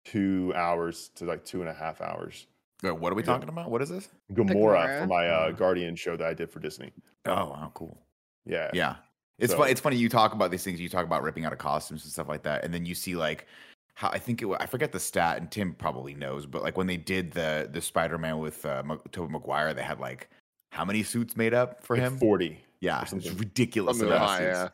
two hours to like two and a half hours.
Wait, what are we
Yeah.
talking about? What is this?
Gamora for
Gamora.
my uh,
Mhm.
Guardian show that I did for Disney.
Oh, wow, cool.
Yeah.
Yeah. It's
So-
funny. It's funny you talk about these things. You talk about ripping out of costumes and stuff like that, and then you see like how I think it. wa- I forget the stat, and Tim probably knows, but like when they did the the Spider Man with uh, M- Tobey Maguire, they had like how many suits made up for
Like
him?
Forty.
yeah, it's
something.
ridiculous.
Something
amount of
high,
suits.
yeah.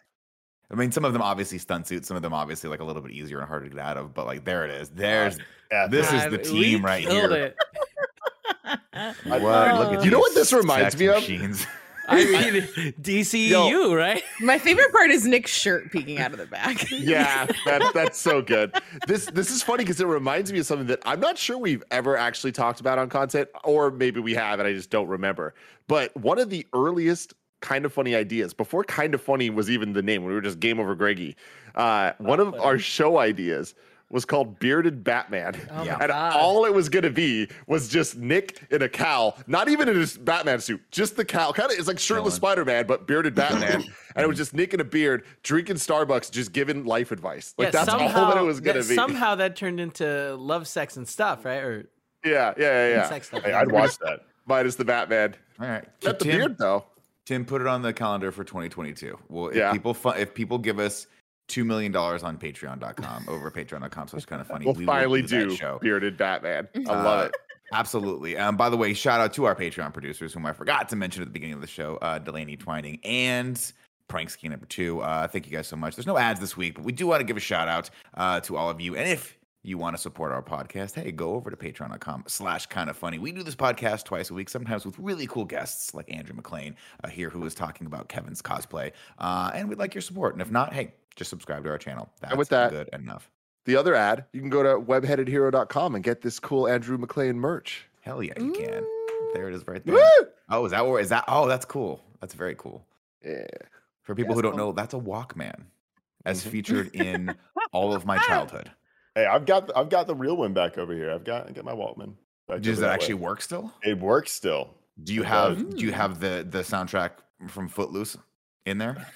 I mean, some of them obviously stunt suits, some of them obviously like a little bit easier and harder to get out of. But like, there it is. There's
Yeah.
This is
God,
the
we
team right
killed
here.
it.
what?
You
these
know what this reminds
sex
me of?
machines.
I mean, E DCU, right?
My favorite part is Nick's shirt peeking out of the back.
Yeah, that, that's so good. This this is funny because it reminds me of something that I'm not sure we've ever actually talked about on content, or maybe we have and I just don't remember. But one of the earliest kind of funny ideas before kind of funny was even the name when we were just game over Greggy. Uh, one of our show ideas was called Bearded Batman.
Oh
Yeah.
my
And
God.
all it was gonna be was just Nick in a cowl, not even in his Batman suit, just the cowl. Kind of it's like shirtless
Chilling.
Spider Man, but bearded Batman. and it was just Nick in a beard, drinking Starbucks, just giving life advice. Like that's all that it was gonna
that-
be.
Somehow that turned into love, sex, and stuff, right? Or
Yeah, yeah, yeah. yeah.
sex stuff.
Hey, I'd watch that.
Minus the Batman.
All right,
Not the
Tim,
beard though.
Tim, put it on the calendar for 2022. Well, if
Yeah.
people fu- if people give us two million dollars on Patreon.com over Patreon.com, so it's kind of funny.
We'll
we will
finally
do, that
do
show.
bearded Batman.
Mm-hmm.
I
Uh,
love it.
Absolutely. Um, by the way, shout out to our Patreon producers, whom I forgot to mention at the beginning of the show, uh, Delaney Twining and Pranksky number two. Uh, thank you guys so much. There's no ads this week, but we do want to give a shout out uh, to all of you. And if you want to support our podcast, hey, go over to patreon.com slash kind of funny. We do this podcast twice a week, sometimes with really cool guests like Andrew McLean uh, here, who is talking about Kevin's cosplay. Uh, and we'd like your support. And if not, hey, just subscribe to our channel. That's
And with that-
good enough.
The other ad, you can go to webheadedhero.com and get this cool Andrew McLean merch.
Hell yeah, you can. There it is right there.
Woo!
Oh, is that where is that? Oh, that's cool. That's very cool.
Yeah.
For people who don't know, that's a Walkman, as featured in all of my childhood.
Hey, I've got the, I've got the real one back over here. I've got I got my Walkman. back
Does
over
that
way.
actually work still?
It works still.
Do you
It
have
does.
do you have the the soundtrack from Footloose in there?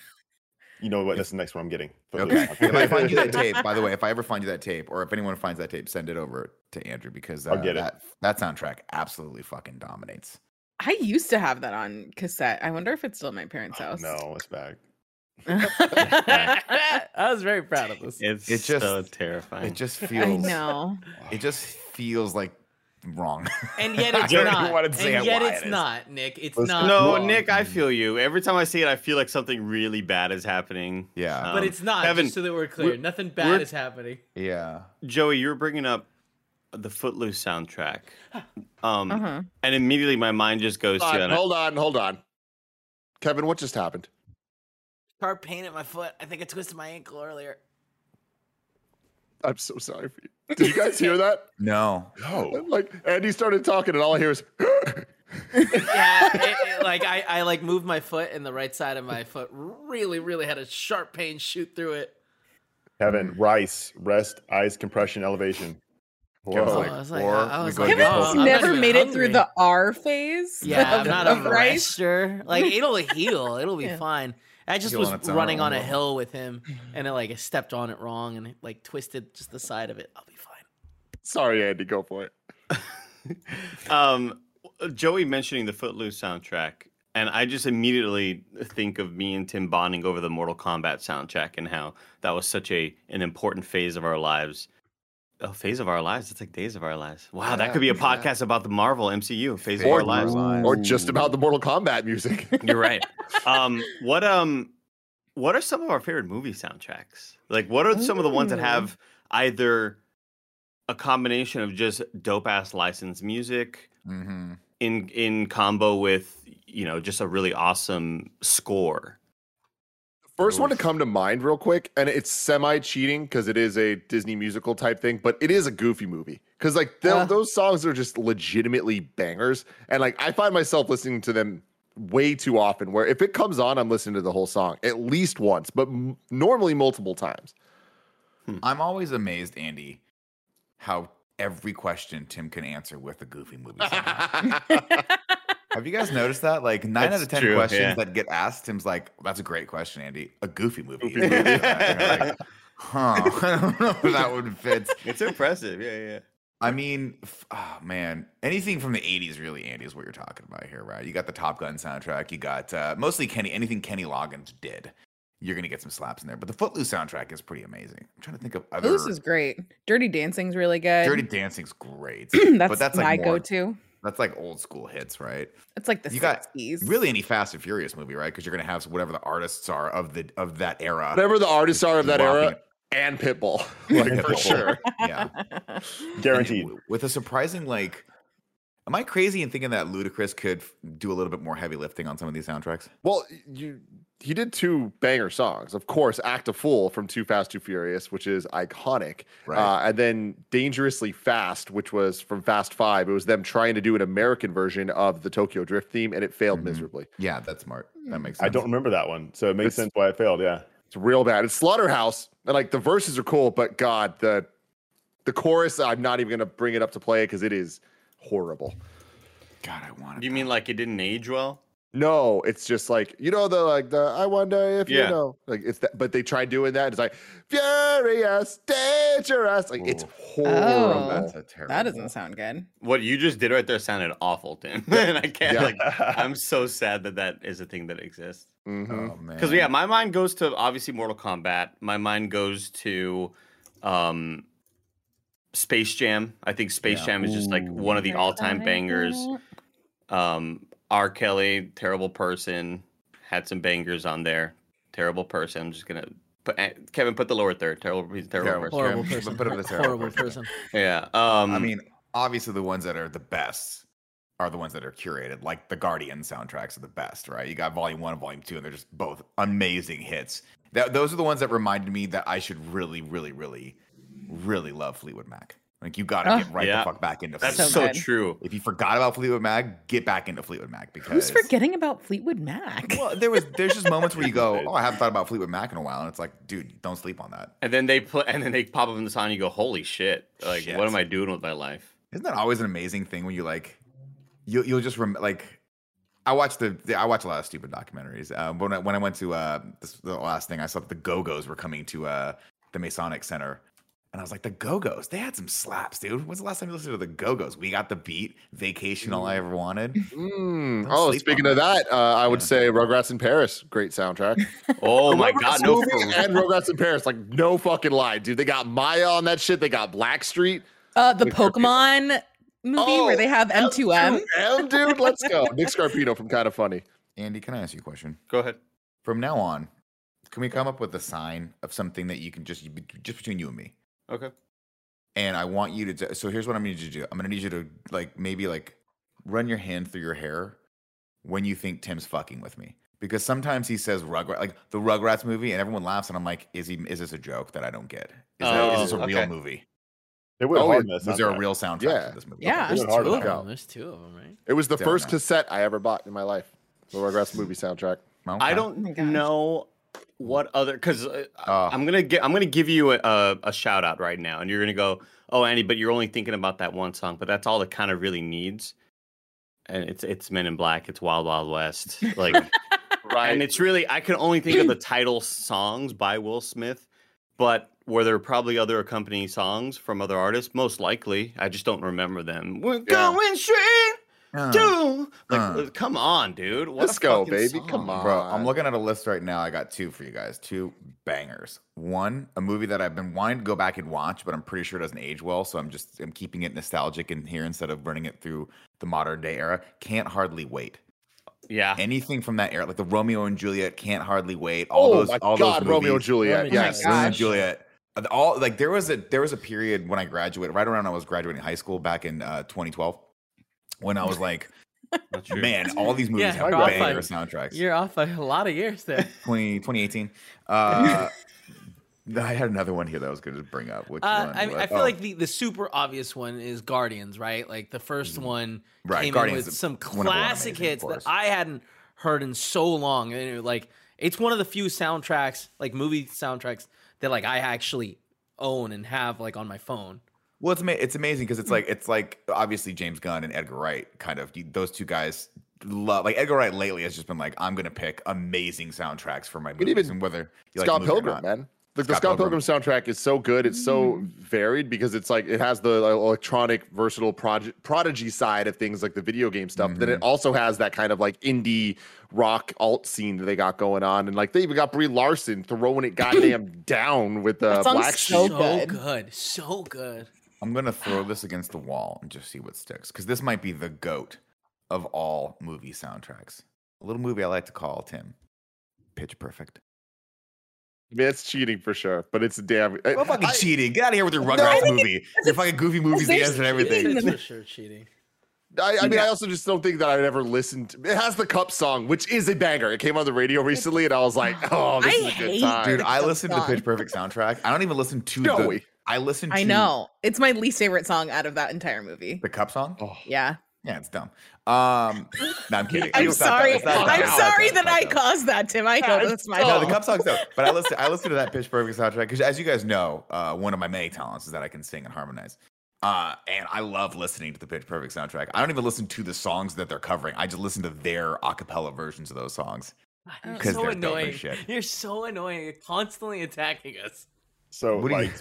You know what? That's the next one I'm getting.
Okay. if I find you that tape, by the way, if I ever find you that tape, or if anyone finds that tape, send it over to Andrew because uh,
I'll get it.
that that soundtrack absolutely fucking dominates.
I used to have that on cassette. I wonder if it's still at my
Oh,
parents' house.
no, it's back.
eh, I was very proud of this.
It's
It just-
so terrifying.
It just
I
feels
know.
it just feels like wrong.
And yet
I
it's
don't even
not.
wanna say
and yet
why
it's
it is.
not, Nick. It's
Listen,
Uh,
not.
no,
wrong.
Nick,
mm.
I feel you. Every time I see it, I feel like something really bad is happening.
yeah.
but
Um,
it's not.
Kevin,
just so that we're clear,
we're-
nothing bad
we're-
is happening.
yeah.
Joey, you were bringing up the Footloose soundtrack, um,
Uh-huh.
and immediately my mind just goes
Hold
to.
on,
and I-
hold on, hold on. Kevin, what just happened?
Sharp pain at my foot. I think I twisted my ankle earlier.
I'm so sorry for you. Did you guys hear that?
No.
No.
Like Andy started talking, and all I hear is
Yeah, it- it- like I, I like moved my foot, and the right side of my foot really, really had a sharp pain shoot through it.
Kevin, rice, rest, eyes compression, elevation.
Kevin's
Whoa.
like,
I was like,
or
uh, I
we
was
go
like,
get
oh,
Kevin's
Pokemon.
I'm not
never
even
made it through
hungry.
the R phase.
Yeah,
of-
I'm not a
of rice.
wrestler. Like it'll heal. It'll be
Yeah.
fine. I just
Heal
was
on its own,
running on a
huh?
hill with him, and I like stepped on it wrong, and it, like twisted just the side of it. I'll be fine.
"Sorry, Andy, go for it."
um, Joey mentioning the Footloose soundtrack, and I just immediately think of me and Tim bonding over the Mortal Kombat soundtrack and how that was such a an important phase of our lives. A phase of our lives. It's like days of our lives. Wow, that could be a
Yeah, yeah.
podcast about the Marvel MCU. Phase of
Or-
our lives.
Or just about the Mortal Kombat music.
You're right. Um, what um, what are some of our favorite movie soundtracks? Like, what are some of the ones that have either a combination of just dope ass licensed music
Mm-hmm.
in in combo with you know just a really awesome score?
First one to come to mind, real quick, and it's semi cheating because it is a Disney musical type thing, but it is a goofy movie because like tho-
Yeah.
those songs are just legitimately bangers, and like I find myself listening to them way too often. Where if it comes on, I'm listening to the whole song at least once, but m- normally multiple times.
I'm always amazed, Andy, how every question Tim can answer with a goofy movie. soundtrack. Have you guys noticed that? Like nine out
That's
of ten
true,
questions
yeah.
that get asked, Tim's like, "That's a great question, Andy. A goofy movie."
Goofy movie.
huh? I don't know if that would fit.
It's impressive. Yeah, yeah.
I mean, f- ah, man, anything from the '80s really, Andy, is what you're talking about here, right? You got the Top Gun soundtrack. You got uh, mostly Kenny. Anything Kenny Loggins did, you're gonna get some slaps in there. But the Footloose soundtrack is pretty amazing. I'm trying to think of other.
This is great. Dirty Dancing's really good.
Dirty Dancing's great,
that's,
but that's like
my
more-
go-to.
That's like old school hits, right?
It's like the
You got-
60s.
Really, any Fast and Furious movie, right? Because you're gonna have whatever the artists are of the of that era.
Whatever the artists are of that era,
Rocking
and Pitbull.
it.
Like,
Yeah,
for sure.
Yeah. And it-
Guaranteed.
w- With a surprising like am I crazy in thinking that Ludacris could f- do a little bit more heavy lifting on some of these soundtracks?
Well, you he did two banger songs. Of course, Act a Fool from Too Fast, Too Furious, which is iconic.
Right.
Uh, and then Dangerously Fast, which was from Fast Five. It was them trying to do an American version of the Tokyo Drift theme, and it failed
Mhm.
miserably.
Yeah, that's smart. That makes sense.
I don't remember that one, so it makes
It's-
sense why it failed. Yeah,
It's real bad. It's Slaughterhouse, and like the verses are cool, but God, the the chorus. I'm not even gonna bring it up to play because it is horrible.
God, I want
You mean like it didn't age well?
No, it's just like you know the like the I wonder if
Yeah.
you know like it's that, but they try doing that. It's like furious, dangerous. Like it's
Ooh.
horrible.
Oh.
that's a terrible.
that doesn't sound good.
What you just did right there sounded awful, Tim. and I can't
Yeah.
like I'm so sad that that is a thing that exists.
Mhm.
Mm-hmm.
Oh man.
Because yeah, my mind goes to obviously Mortal Kombat. My mind goes to um Space Jam. I think Space
Yeah.
Jam is just like one of the all-time bangers. Um R. Kelly, terrible person, had some bangers on there. Terrible person. I'm just gonna put eh, Kevin put the lower third. Terrible, he's a terrible
Terrible.
person.
Horrible
Karen,
person.
but it was a terrible
Horrible
person.
person.
Yeah. Um
I mean, obviously the ones that are the best are the ones that are curated. Like the Guardian soundtracks are the best, right? You got Volume One and Volume Two, and they're just both amazing hits. That those are the ones that reminded me that I should really, really, really, really love Fleetwood Mac. Like you got to
Oh.
get right
Ah, Yeah.
the fuck back into
that's
Fleetwood
so
good.
true.
If you forgot about Fleetwood Mac, get back into Fleetwood Mac because
Who's forgetting about Fleetwood Mac?
Well, there was there's just moments where you go, oh, I haven't thought about Fleetwood Mac in a while, and it's like, dude, don't sleep on that.
And then they put and then they pop up in the song and you go, Holy shit. Like
Shit.
what am I doing with my life?
Isn't that always an amazing thing when you like, you'll you'll just rem- like. I watched the, the I watch a lot of stupid documentaries. Uh, when I, when I went to uh, this, the last thing I saw that the Go Go's were coming to uh, the Masonic Center, and I was like, the Go Go's, they had some slaps, dude. When's the last time you listened to the Go Go's? We got the beat, Vacation, all I ever wanted.
Mm.
Don't
Oh,
sleep
speaking
on
of
that.
that, uh, I would
Yeah.
say Rugrats in Paris, great soundtrack.
Oh my
Rugrats
god, no
movie
for
and Rugrats in Paris, like no fucking lie, dude. They got Maya on that shit. They got Blackstreet.
Uh, the
Nick Carpino.
Pokemon movie
Oh,
where they have M2M.
M, dude, let's go. Nick Scarpino from Kind of Funny.
Andy, can I ask you a question?
Go ahead.
From now on, can we come up with a sign of something that you can just just between you and me?
Okay.
and I want you to. do- so here's what I'm gonna need you to do. I'm gonna need you to like maybe like run your hand through your hair when you think Tim's fucking with me because sometimes he says Rugrat like the Rugrats movie and everyone laughs and I'm like, is he is this a joke that I don't get? Is, that, is this a
Oh,
real
okay.
movie?
they would
Oh,
have
yeah.
harmed us.
Was there a real soundtrack
Yeah.
to this movie?
Yeah.
There's
It's
two
hard
of
to
them.
know.
There's two of them, right?
It was the
Don't
first
know.
cassette I ever bought in my life. The Rugrats movie soundtrack.
Okay.
I
Oh my
don't
gosh.
know what other because uh,
Oh.
I'm gonna get I'm gonna give you a, a, a shout out right now, and you're gonna go, oh Andy, but you're only thinking about that one song, but that's all it kind of really needs. And it's it's Men in Black, it's Wild Wild West, like, and it's really I can only think of the title songs by Will Smith, but were there probably other accompanying songs from other artists? Most likely, I just don't remember them. We're
Yeah.
going straight
Uh,
to like,
uh.
come on, dude, what
Let's
a
go,
fucking
baby. Come
song.
on.
Bro, I'm looking at a list right now. I got two for you guys, two bangers. One, a movie that I've been wanting to go back and watch, but I'm pretty sure doesn't age well. So I'm just I'm keeping it nostalgic in here instead of running it through the modern day era. Can't hardly wait.
Yeah,
Anything from that era, like the Romeo and Juliet, can't hardly wait. All
oh
those,
my
all
God,
those movies,
Romeo and Juliet.
Romeo and
Yes.
Juliet.
Romeo and
Gosh.
Juliet. Oh uh, All like there was a there was a period when I graduated, right around when I was graduating high school back in uh, 2012, when I was like,
not true.
man, all these movies
Yeah,
have
God,
banger
fine.
soundtracks.
You're off by a lot of years there.
20, 2018. Uh, I had another one here that I was going to bring up. Which
Uh,
one
I,
was-
I feel
oh,
like the, the super obvious one is Guardians, right? Like the first one
Right,
came
Guardians
in with
is
some
one of one
classic
amazing, of
hits that
course.
I hadn't heard in so long, and it, like it's one of the few soundtracks, like movie soundtracks, that like I actually own and have like on my phone.
well, it's ama- it's amazing because
Mm.
it's like it's like obviously James Gunn and Edgar Wright kind of you- those two guys love like Edgar Wright lately has just been like I'm going to pick amazing soundtracks for my movies
even
and whether you like
Scott
the movie or
Pilgrim,
not.
man. the, the
Scott
Scott Pilgrim. soundtrack is so good. It's
Hmm.
so varied because it's like it has the like, electronic, versatile project prodigy side of things like the video game stuff. Then
Mm-hmm.
it also has that kind of like indie rock alt scene that they got going on, and like they even got Brie Larson throwing it goddamn down with uh,
That song's
Black
so
Sheep.
so
good.
good. so good.
I'm gonna throw this against the wall and just see what sticks because this might be the goat of all movie soundtracks. A little movie I like to call Tim Pitch Perfect.
Man, it's cheating for sure, but it's damn. I-
Well, fucking
I-
cheating! Get out of here with your
I
Rugrats
think
movie. Your fucking goofy movies, the
there's
answer and everything.
cheating.
It's for sure cheating.
I, I mean,
Yeah.
I also just don't think that I'd ever listened. It has the cup song, which is a banger. It came on the radio recently, and I was like, "Oh, this
I
is a good
hate
time."
Dude,
It's
I
so
listen to the
fun.
Pitch Perfect soundtrack. I don't even listen to the.
Joey.
I listen. To
I know. It's my least favorite song out of that entire movie.
the cup song.
Yeah.
Yeah, it's dumb. Um, no, I'm kidding.
I'm
It's not dumb.
sorry.
It's not dumb.
I'm
It's not
sorry
dumb. It's
that
not
I
dumb.
caused that, Tim. I know that's my
No,
fault.
the cup songs though. But I listen. I listen to that Pitch Perfect soundtrack because, as you guys know, uh, one of my many talents is that I can sing and harmonize. Uh, and I love listening to the Pitch Perfect soundtrack. I don't even listen to the songs that they're covering. I just listen to their a cappella versions of those songs.
You're
'Cause
so
they're dope as
annoying.
shit.
You're so annoying. You're constantly attacking us.
So
What do you-
like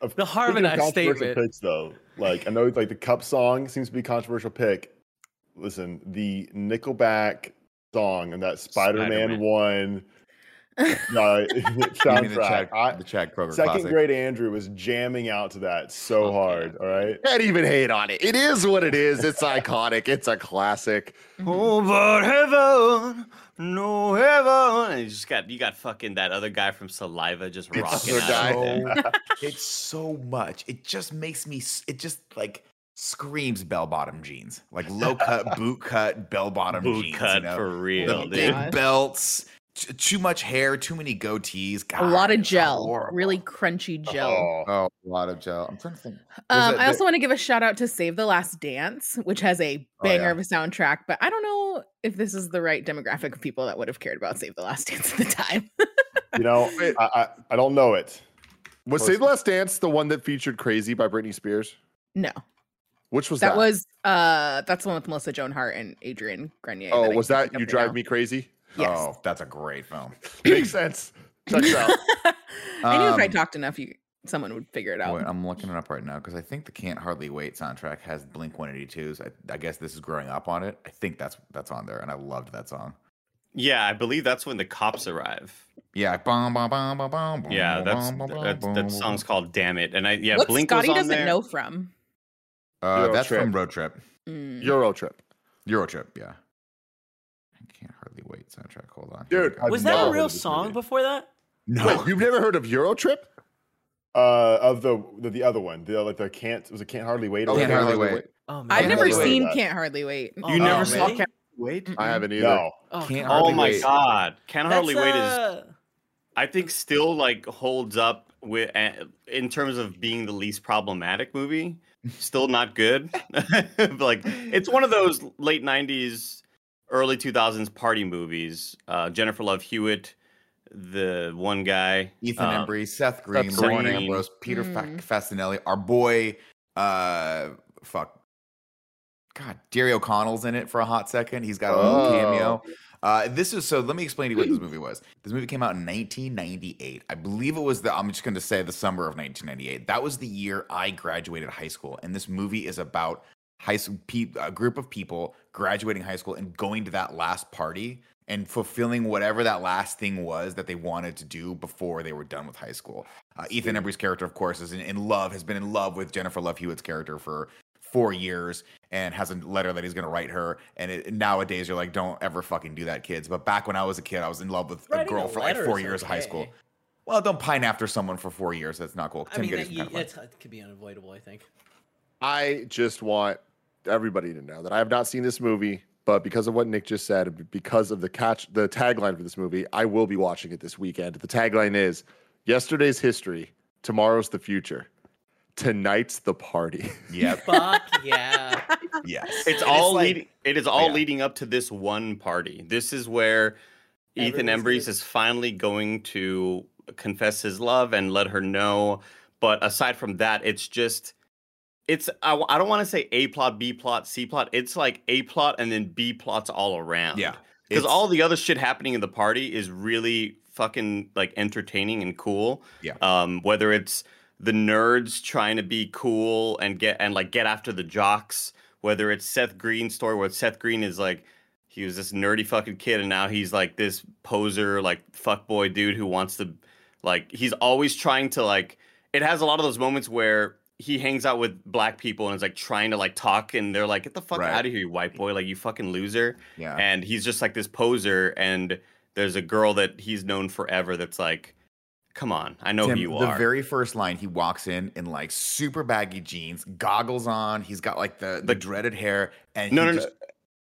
of-
The
speaking of
harmonized
controversial
statement.
Picks, though, like I know, like the cup song seems to be a controversial pick. Listen, the Nickelback song and that Spider-Man,
Spider-Man.
one uh,
You mean the Chad,
soundtrack. I-
the Chad Kroger
second
classic.
grade Andrew was jamming out to that so
Oh,
hard. All right,
Can't even hate on it. It is what it is. It's iconic. It's a classic.
Oh, but heaven, no heaven. And you just got you got fucking that other guy from Saliva just
It's
rocking
so,
out
guy.
there.
it's so much. It just makes me. s- It just like screams bell bottom jeans, like low cut, boot cut, bell bottom jeans.
Boot
you
cut
know?
for real,
the
dude.
big
God.
belts, t- too much hair, too many goatees. God,
a lot of
it's
gel,
horrible.
really crunchy gel.
Oh,
Oh, a lot of gel. I'm trying to think. There's
Um,
a-
I also
there-
want to give a shout out to Save the Last Dance, which has a
Oh,
banger
yeah.
of a soundtrack, but I don't know if this is the right demographic of people that would have cared about Save the Last Dance at the time.
you know, I,
Wait.
I I don't know it.
Oh, Was Save the Last Dance the one that featured "Crazy" by Britney Spears?
No,
Which was that?
that was uh, that's the one with Melissa Joan Hart and Adrian Grenier.
oh,
I
was
can't
that
think of
"You
right
Drive
now.
Me Crazy"?
Yes.
Oh, that's a great film.
Makes sense. Checks out.
I knew if I
Um,
talked enough, you someone would figure it out.
Wait, I'm looking it up right now because I think the "Can't Hardly Wait" soundtrack has Blink 182s. I, I guess this is growing up on it. I think that's that's on there, and I loved that song.
Yeah, I believe that's when the cops arrive.
Yeah, bum, bum, bum, bum, bum, bum,
Yeah,
bum,
that's
bum, bum,
that's
bum,
that
bum,
song's called "Damn It," and I yeah,
what
Blink
Scotty
was on
doesn't
there.
know from.
bum. Uh,
Euro
that's from
Trip.
Road Trip,
Mm.
Euro trip.
Euro Trip. Yeah, I can't hardly wait soundtrack. Hold on,
Dude,
I,
I've
Was that
never
a
heard
real
of this
song
movie.
before that?
no,
Wait, you've never heard of Euro trip?
Uh, of the, the the other one, the like the can't was it can't hardly wait. or
Can't
whatever?
Hardly Wait.
Oh man,
I've
I
never
haven't heard
seen
that.
Can't Hardly Wait.
Oh,
You never
man.
saw
Really?
Can't Wait?
I haven't either.
No,
Oh,
Can't
come on.
Oh
Hardly
my
Wait.
god, "Can
That's,
Hardly Wait" is
uh,
I think still like holds up with a- in terms of being the least problematic movie. Still not good. But, like it's one of those late '90s, early 2000s party movies. Uh, Jennifer Love Hewitt, the one guy,
Ethan
uh,
Embry, Seth Green,
Seth
Lauren
Green.
Ambrose, Peter Fa-
Hmm.
Mm.
Fasinelli, our boy, uh, fuck, God, Jerry O'Connell's in it for a hot second. He's got a little
Oh.
cameo. Uh, this is so. Let me explain to you what this movie was. This movie came out in 1998. I believe it was the. I'm just going to say the summer of 1998. That was the year I graduated high school, and this movie is about high school pe- a group of people graduating high school and going to that last party and fulfilling whatever that last thing was that they wanted to do before they were done with high school. Uh, Ethan Embry's character, of course, is in, in love. Has been in love with Jennifer Love Hewitt's character for four years and has a letter that he's going to write her. And it, nowadays, you're like, don't ever fucking do that, kids. But back when I was a kid, I was in love with a
Writing
girl
a
for like
letter
four
is
years of high school.
okay.
Well, don't pine after someone for four years. That's not cool.
I
Tim
mean,
Goody's
that,
kind of
that's, that could be unavoidable. I think.
I just want everybody to know that I have not seen this movie, but because of what Nick just said, and because of the catch, the tagline for this movie, I will be watching it this weekend. The tagline is "Yesterday's history, tomorrow's the future, tonight's the party."
Yep.
Fuck yeah.
yes.
It's all
like-
leading. It is all
yeah.
leading up to this one party. This is where Ethan
Everyone's
Embries is finally going to confess his love and let her know. But aside from that, it's just it's I, w- I don't want to say A plot, B plot, C plot. It's like A plot and then B plots all around.
Yeah.
because
It's-
all the other shit happening in the party is really fucking like entertaining and cool.
Yeah.
Um, whether it's the nerds trying to be cool and get and like get after the jocks, whether it's Seth Green's story where Seth Green is like he was this nerdy fucking kid and now he's like this poser like fuckboy dude who wants to like he's always trying to like it has a lot of those moments where he hangs out with black people and is like trying to like talk and they're like get the fuck
Right.
out of here you white boy like you fucking loser
Yeah.
and he's just like this poser and there's a girl that he's known forever that's like come on i know
Tim,
who you
the
are
very first line, he walks in in like super baggy jeans, goggles on. He's got like the, the
The-
dreaded hair, and
no
he
no no
just-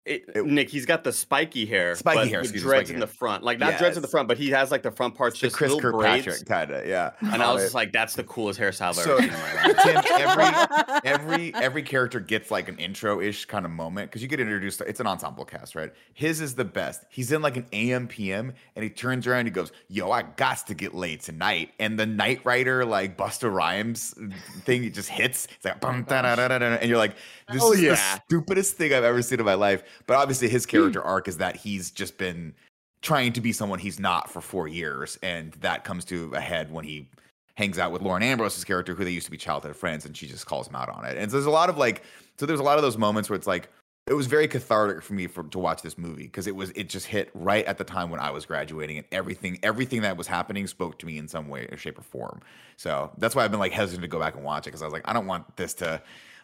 It-
it-
nick he's got the spiky hair
Spiky
but
hair,
the
excuse me,
dreads
spiky
in
hair.
the front like not dreads in the
Yes.
front but he has like the front parts
the
just
Chris
little braids
Kirkpatrick kind of, yeah.
and i
Love
was
it.
just like that's the coolest hairstyle i've
So-
ever seen in my life
Tim, every every every character gets like an intro-ish kind of moment because you get introduced. It's an ensemble cast, right? His is the best. He's in like an AM PM, and he turns around. And he goes, "Yo, I got to get laid tonight." And the Knight Rider like Buster Rhymes thing it just hits. It's like, bum, da, da, da, da, da, and you're like, "This
Hell
is the
yeah.
stupidest thing I've ever seen in my life." But obviously, his character arc is that he's just been trying to be someone he's not for four years, and that comes to a head when he hangs out with Lauren Ambrose's character, who they used to be childhood friends, and she just calls him out on it. And so there's a lot of like, so there's a lot of those moments where it's like, it was very cathartic for me for, to watch this movie because it was it just hit right at the time when I was graduating and everything everything that was happening spoke to me in some way or shape or form. So that's why I've been like hesitant to go back and watch it because I was like I don't want this to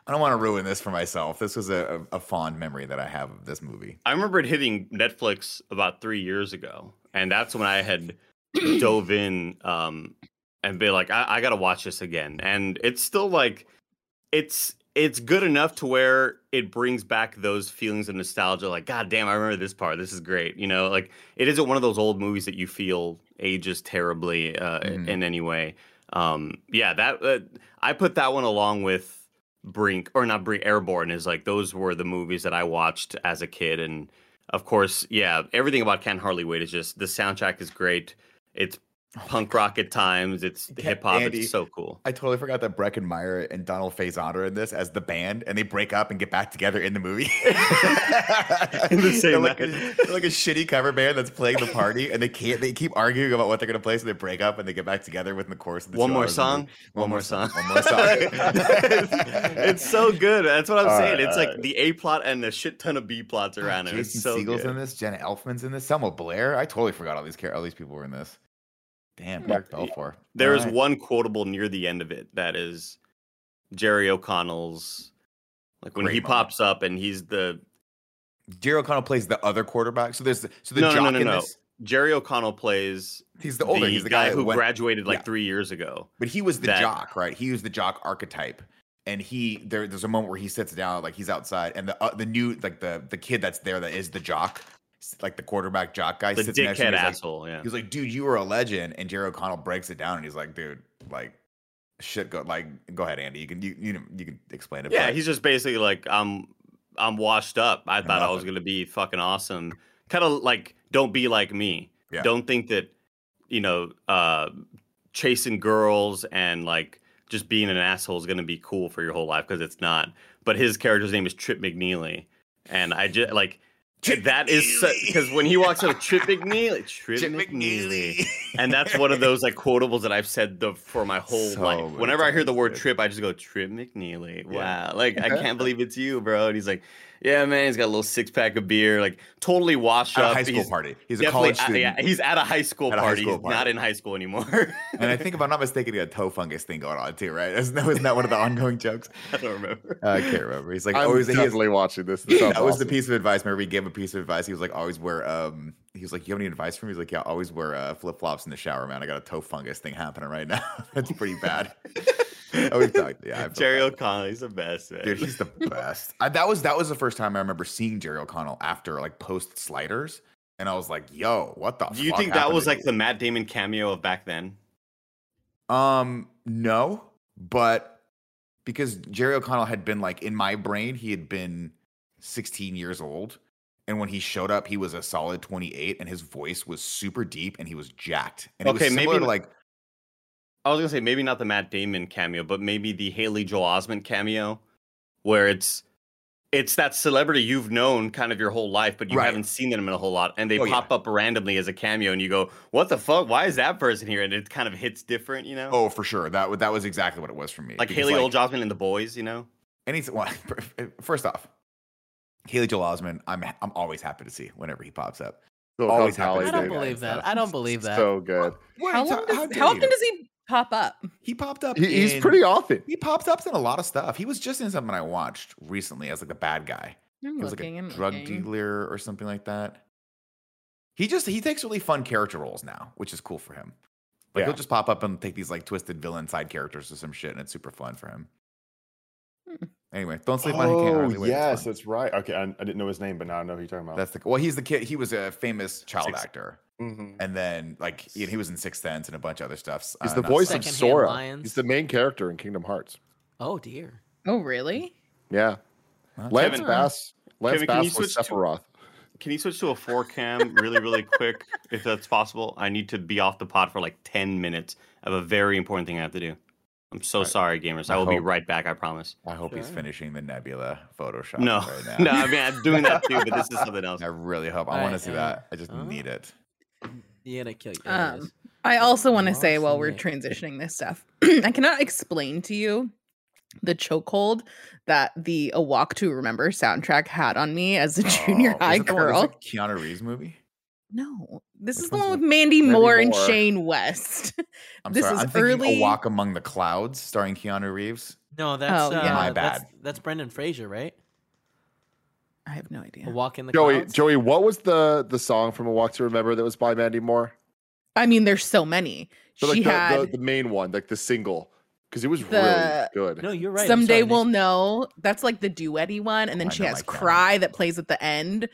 I don't want to ruin this for myself. This was a, a, a fond memory that I have of this movie.
I remember it hitting Netflix about three years ago, and that's when I had dove in um, and be like, I, I got to watch this again. And it's still like, it's it's good enough to where it brings back those feelings of nostalgia. Like, God damn, I remember this part. This is great. You know, like it isn't one of those old movies that you feel ages terribly uh,
Mhm.
in any way. Um, yeah, that uh, I put that one along with Brink or not Brink Airborne is like those were the movies that I watched as a kid and of course yeah everything about Ken Harley Wade is just the soundtrack is great it's punk rock at times it's
Oh Ken-
hip hop
Andy.
it's so cool
I totally forgot that Brecken Meyer and Donald Faison are in this as the band, and they break up and get back together in the movie.
In the same
they're like, a,
night.
they're like a shitty cover band that's playing the party, and they can't. They keep arguing about what they're gonna play, so they break up and they get back together within the course of the
one
two
more
hours of the
song
movie.
one, more song
One more song.
it's so good that's what I'm
All
saying
right,
it's
all
like the A plot and the shit ton of B plots around it
Ah, Jason
it's so
Siegel's
good.
in this. Jenna Elfman's in this. Selma Blair. I totally forgot all these char- all these people were in this. Damn, Mark Belfour.
There is
Alright.
one quotable near the end of it that is Jerry O'Connell's like when
Great
he
moment.
pops up and he's the
Jerry O'Connell plays the other quarterback. So there's the, so the
No, no,
jock
no, no,
in
no.
this.
Jerry O'Connell plays
He's the older. he's the guy,
who
went-
graduated like
yeah.
three years ago.
But he was the
that-
jock, right? He was the jock archetype, and he there. There's a moment where he sits down, like he's outside, and the uh, the new like the the kid that's there that is the jock, s- like the quarterback jock guy,
The
sits next to
dickhead
him. He's like,
asshole. yeah.
he's like, dude, you were a legend. And Jerry O'Connell breaks it down, and he's like, dude, like shit, go like go ahead, Andy. You can you you, know, you can explain it.
yeah,
but
he's just basically like I'm I'm washed up. I
I'm
thought I was
nothing.
gonna be fucking awesome. Kind of like don't be like me.
Yeah.
Don't think that you know uh chasing girls and like just being an asshole is gonna be cool for your whole life because it's not. But his character's name is Trip McNeely, and I just like.
Trip
that is
McNeely.
because when he walks out, Trip McNeely, Trip,
Chip
McNeely.
McNeely.
and that's one of those like quotables that I've said the, for my whole
So
life.
many
Whenever I hear the
times,
word
dude.
Trip, I just go Trip McNeely. Wow,
Yeah.
like I can't believe it's you, bro. And he's like, yeah, man, he's got a little six pack of beer, like totally washed
At a
up.
high school
he's
party. He's a
definitely
college
at-
student.
yeah, he's at a high school
At a high
party.
school
he's not
party.
in high school anymore.
and I think if I'm not mistaken, he had a toe fungus thing going on too, right? Isn't that, wasn't that one of the ongoing jokes?
I don't remember.
Uh, I can't remember. He's like,
I'm
oh, he's, he has
definitely watching this. This sounds
that was
awesome.
the piece of advice. Remember, he gave a piece of advice. He was like, always wear. Um, he was like, you have any advice for me? He's like, yeah, always wear uh, flip flops in the shower, man. I got a toe fungus thing happening right now. That's pretty bad. oh, he's talking. Yeah, I feel
Jerry
bad.
O'Connell, he's the best man.
Dude, he's the best. I, that was that was the first time I remember seeing Jerry O'Connell after like post sliders, and I was like, "Yo, what the?"
Do you
fuck
think that
happened
was
to
like
you?
the Matt Damon cameo of back then?
Um, no, but because Jerry O'Connell had been like in my brain, he had been 16 years old. And when he showed up, he was a solid 28 and his voice was super deep and he was jacked. And it
Okay,
was similar
maybe
to
n-
like
I was gonna say maybe not the Matt Damon cameo, but maybe the Haley Joel Osment cameo, where it's it's that celebrity you've known kind of your whole life, but you
Right.
haven't seen them in a whole lot, and they
Oh, yeah.
pop up randomly as a cameo, and you go, "What the fuck? Why is that person here?" And it kind of hits different, you know.
Oh, for sure. That wa- that was exactly what it was for me.
like
because,
Haley Joel Osment and the Boys, you know.
Any well, eh, first off, Haley Joel Osment. I'm I'm always happy to see whenever he pops up.
Silicon
Always happens.
Valley,
I don't
dude.
believe that. I don't believe that.
So good.
What are
How,
you
long
ta-
does, how,
dare
often
you?
does he pop up?
he popped up?
He, he's
in-
pretty often.
He pops up in a lot of stuff. He was just in something I watched recently as like the bad guy.
I'm
He was
looking.
like
I'm
a drug
looking.
dealer or something like that. He just he takes really fun character roles now, which is cool for him. Like he'll
Yeah.
just pop up and take these like twisted villain side characters or some shit, and it's super fun for him.
Hmm.
Anyway, don't sleep on him. Can't Hardly
Oh,
Wait, it's
yes,
fun.
that's right. Okay, I, I didn't know his name, but now I know who you're talking about.
that's the well. He's the kid. He was a famous child
Six-
actor,
Mm-hmm.
Mhm.
and then like he, he was in Sixth Sense and a bunch of other Uh, stuff.
He's the voice of
Secondhand
Sora.
lions.
He's the main character in Kingdom Hearts.
Oh dear.
Oh, really?
Yeah.
Huh?
Lance
Kevin-
Bass. Lance
Kevin, can you
Bass was
switch to-
Sephiroth.
Can you switch to a four cam really, really quick if that's possible? I need to be off the pod for like ten minutes. I have a very important thing I have to do. I'm so sorry, gamers. I will be
hope-
right back. I promise.
I hope he's
Sure.
finishing the Nebula Photoshop
No,
right now.
no. I mean, I'm doing that too, but this is something else.
I really hope. I
Alright,
want to see
uh,
that. I just
uh,
need it.
You gotta kill your
Um, I also want to say while we're
Rossnet.
transitioning this stuff, I cannot explain to you the chokehold that the A Walk to Remember soundtrack had on me as a junior
Oh, is
high
it the one that's,
girl.
like, Keanu Reeves movie.
No, this
Which
is the
one's
one with
that?
Mandy
Mandy
Moore and
Moore.
Shane West.
I'm
This
sorry.
is
I'm thinking
early-
A Walk Among the Clouds, starring Keanu Reeves.
No, that's
Oh,
uh,
yeah.
My
That's,
bad.
that's Brendan Fraser, right?
I have no
A
idea.
walk in the
Joey,
clouds.
Joey, what was the the song from A Walk to Remember that was by Mandy Moore?
I mean, there's so many.
So like
she
the,
had
the, the main one, like the single, because it was
The-
really good.
No, you're right. I'm
Someday
sorry,
We'll
Nick.
Know. That's like the duetty one. And then
Oh, I
she
know
has
like that one.
Cry that plays at the end.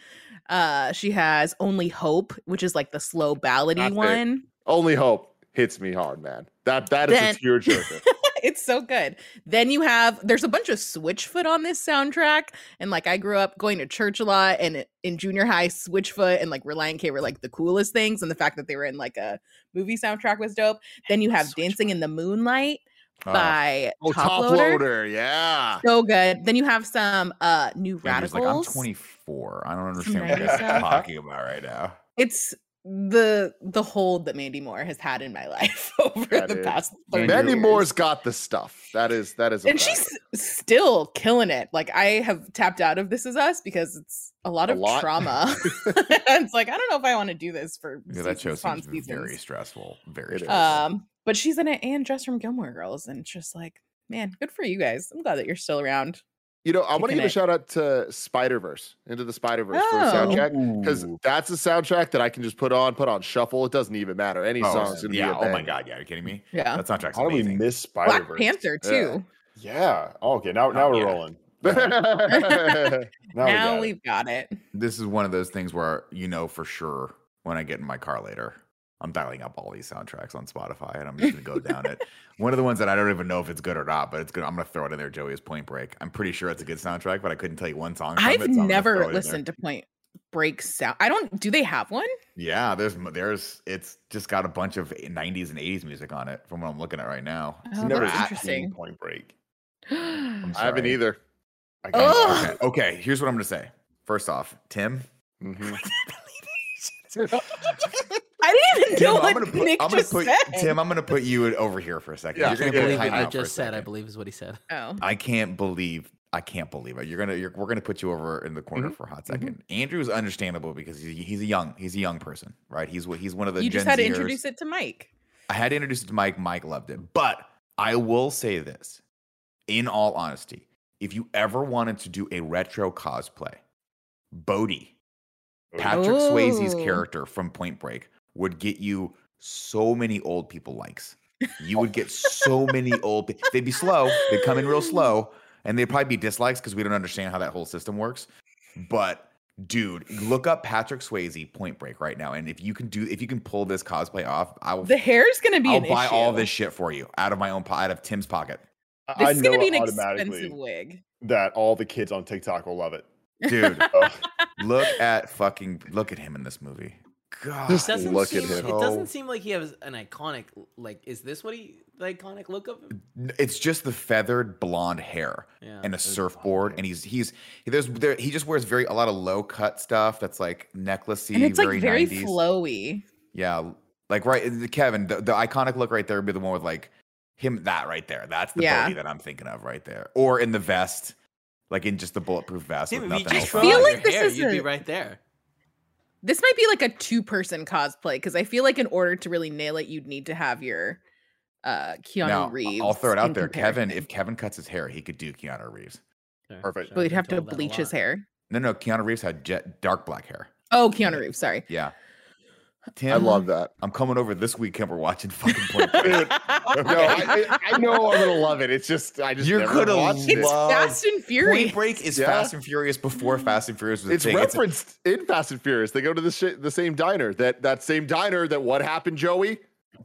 Uh, she has Only Hope, which is like the slow ballady
That's it.
one.
Only Hope hits me hard, man. That that is
Then-
a tearjerker.
it's so good. Then you have there's a bunch of Switchfoot on this soundtrack, and like I grew up going to church a lot, and i- in junior high, Switchfoot and like Reliant K were like the coolest things, and the fact that they were in like a movie soundtrack was dope. Then you have Dancing in the Moonlight
Oh,
by
oh,
Top, Loader.
yeah.
so good. Then you have some uh New
Andrew's like, I'm
Radicals.
24. I don't understand what
nice
you guys are
stuff.
talking about right now.
it's the the hold that Mandy Moore has had in my life over
That
the
is-
past 30
Mandy
years.
Moore's got the stuff. That is that is. A
and
fact.
she's still killing it. Like I have tapped out of This Is Us because it's a lot
A
of
lot.
trauma. it's like I don't know if I want to do this for
Yeah, that show
seasons upon
seems
seasons.
very stressful. Very
It is.
stressful.
Um, but she's in it and dressed from Gilmore Girls, and it's just like, man, good for you guys. I'm glad that you're still around.
You know, I want to
Kicking
give a
it.
shout out to Spider Verse, Into the Spider Verse for a
Oh.
soundtrack, because
Ooh.
that's a soundtrack that I can just put on, put on shuffle. It doesn't even matter. Any
Oh,
song's gonna
yeah.
be a
Oh my
banger.
god. Yeah. Are you kidding me?
Yeah,
That soundtrack's
How do we
amazing.
miss Spider
Black
Verse?
Panther
Yeah.
too.
Yeah. Oh, okay.
Uh,
Now now we're
yeah.
rolling.
Now
got it.
we've got it.
this is one of those things where you know for sure when I get in my car later, I'm dialing up all these soundtracks on Spotify and I'm just gonna go down it. One of the ones that I don't even know if it's good or not, but it's good. I'm gonna throw it in there. Joey is Point Break. I'm pretty sure it's a good soundtrack, but I couldn't tell you one song. from it, so
I've
I'm gonna throw it
never
in there.
listened to Point Break sound. I don't. Do they have one?
Yeah, there's m- there's it's just got a bunch of 90s and 80s music on it from what I'm looking at right now.
Oh,
I've never
that's
seen
interesting.
Point Break.
I'm
I haven't
sorry.
either.
I
Oh.
Okay, okay, here's what I'm gonna say. First off, Tim.
Mhm.
I didn't even
Tim,
know
I'm
what
gonna put,
Nick
I'm gonna
just
put
said.
Tim, I'm gonna put you in- over here for a second.
Yeah,
You're
I
gonna
yeah,
get
believe
time
what you
out for a
just said. I
second.
believe is what he said.
oh,
I can't believe I can't believe it. You're gonna you're, we're gonna put you over in the
Mm-hmm.
corner for a hot 2nd Andrew's understandable because he's, he's a young he's a young person, right? He's what he's one of the
you just
Gen
had to
Zers.
introduce it to Mike.
I had to introduce it to Mike. Mike loved it, but I will say this, in all honesty, if you ever wanted to do a retro cosplay, Bodie, Patrick Swayze's
Ooh.
character from Point Break, would get you so many old people likes. You would get so many old. pe- They'd be slow. They'd come in real slow, and they'd probably be dislikes because we don't understand how that whole system works. But dude, look up Patrick Swayze Point Break right now, and if you can do, if you can pull this cosplay off, I will.
The hair's gonna be
I'll
an
buy
issue.
all this shit for you out of my own pocket, out of Tim's pocket,
I-
This
I
is gonna
know
be an
automatically
expensive wig.
that all the kids on TikTok will love it.
dude.
Oh,
look at fucking look at him in this movie. God.
Just
doesn't
look
seem,
at him.
It doesn't
So-
seem like he has an iconic like. Is this what he the iconic look of him?
It's just the feathered blonde hair
Yeah,
and a surfboard, and he's he's he- there's there, he just wears very a lot of low cut stuff that's like necklacey,
and it's
very
like very
90s.
flowy.
Yeah, like right, the- Kevin, the, the iconic look right there would be the one with like him that right there. That's the
Yeah.
yeah. that I'm thinking of right there, or in the vest, like in just the bulletproof vest
Dude,
with
if
nothing
you
else.
just
on
throw
feel
out
it.
like
your
this
hair,
is
you'd be
a-
right there.
This might be like a two person cosplay because I feel like in order to really nail it, you'd need to have your uh Keanu
now,
Reeves.
I'll throw it
in
out there, Kevin.
comparison.
If Kevin cuts his hair, he could do Keanu Reeves.
Sure,
Perfect.
sure,
but we'd
been
have to
told that a
bleach his
lot.
hair.
No, no, Keanu Reeves had jet dark black hair.
Oh, Keanu Reeves. Sorry.
Yeah, Tim,
I love that.
I'm coming over this weekend. We're watching fucking Point Break.
No, I, I, I know I'm gonna love it. It's just I just
You're
never
gonna
watched
It's
it.
love-
Fast and Furious.
Point Break is
Yeah.
Fast and Furious before Fast and Furious was a
It's
thing.
referenced in Fast and Furious. They go to the sh- the same diner. That that same diner. That what happened, Joey?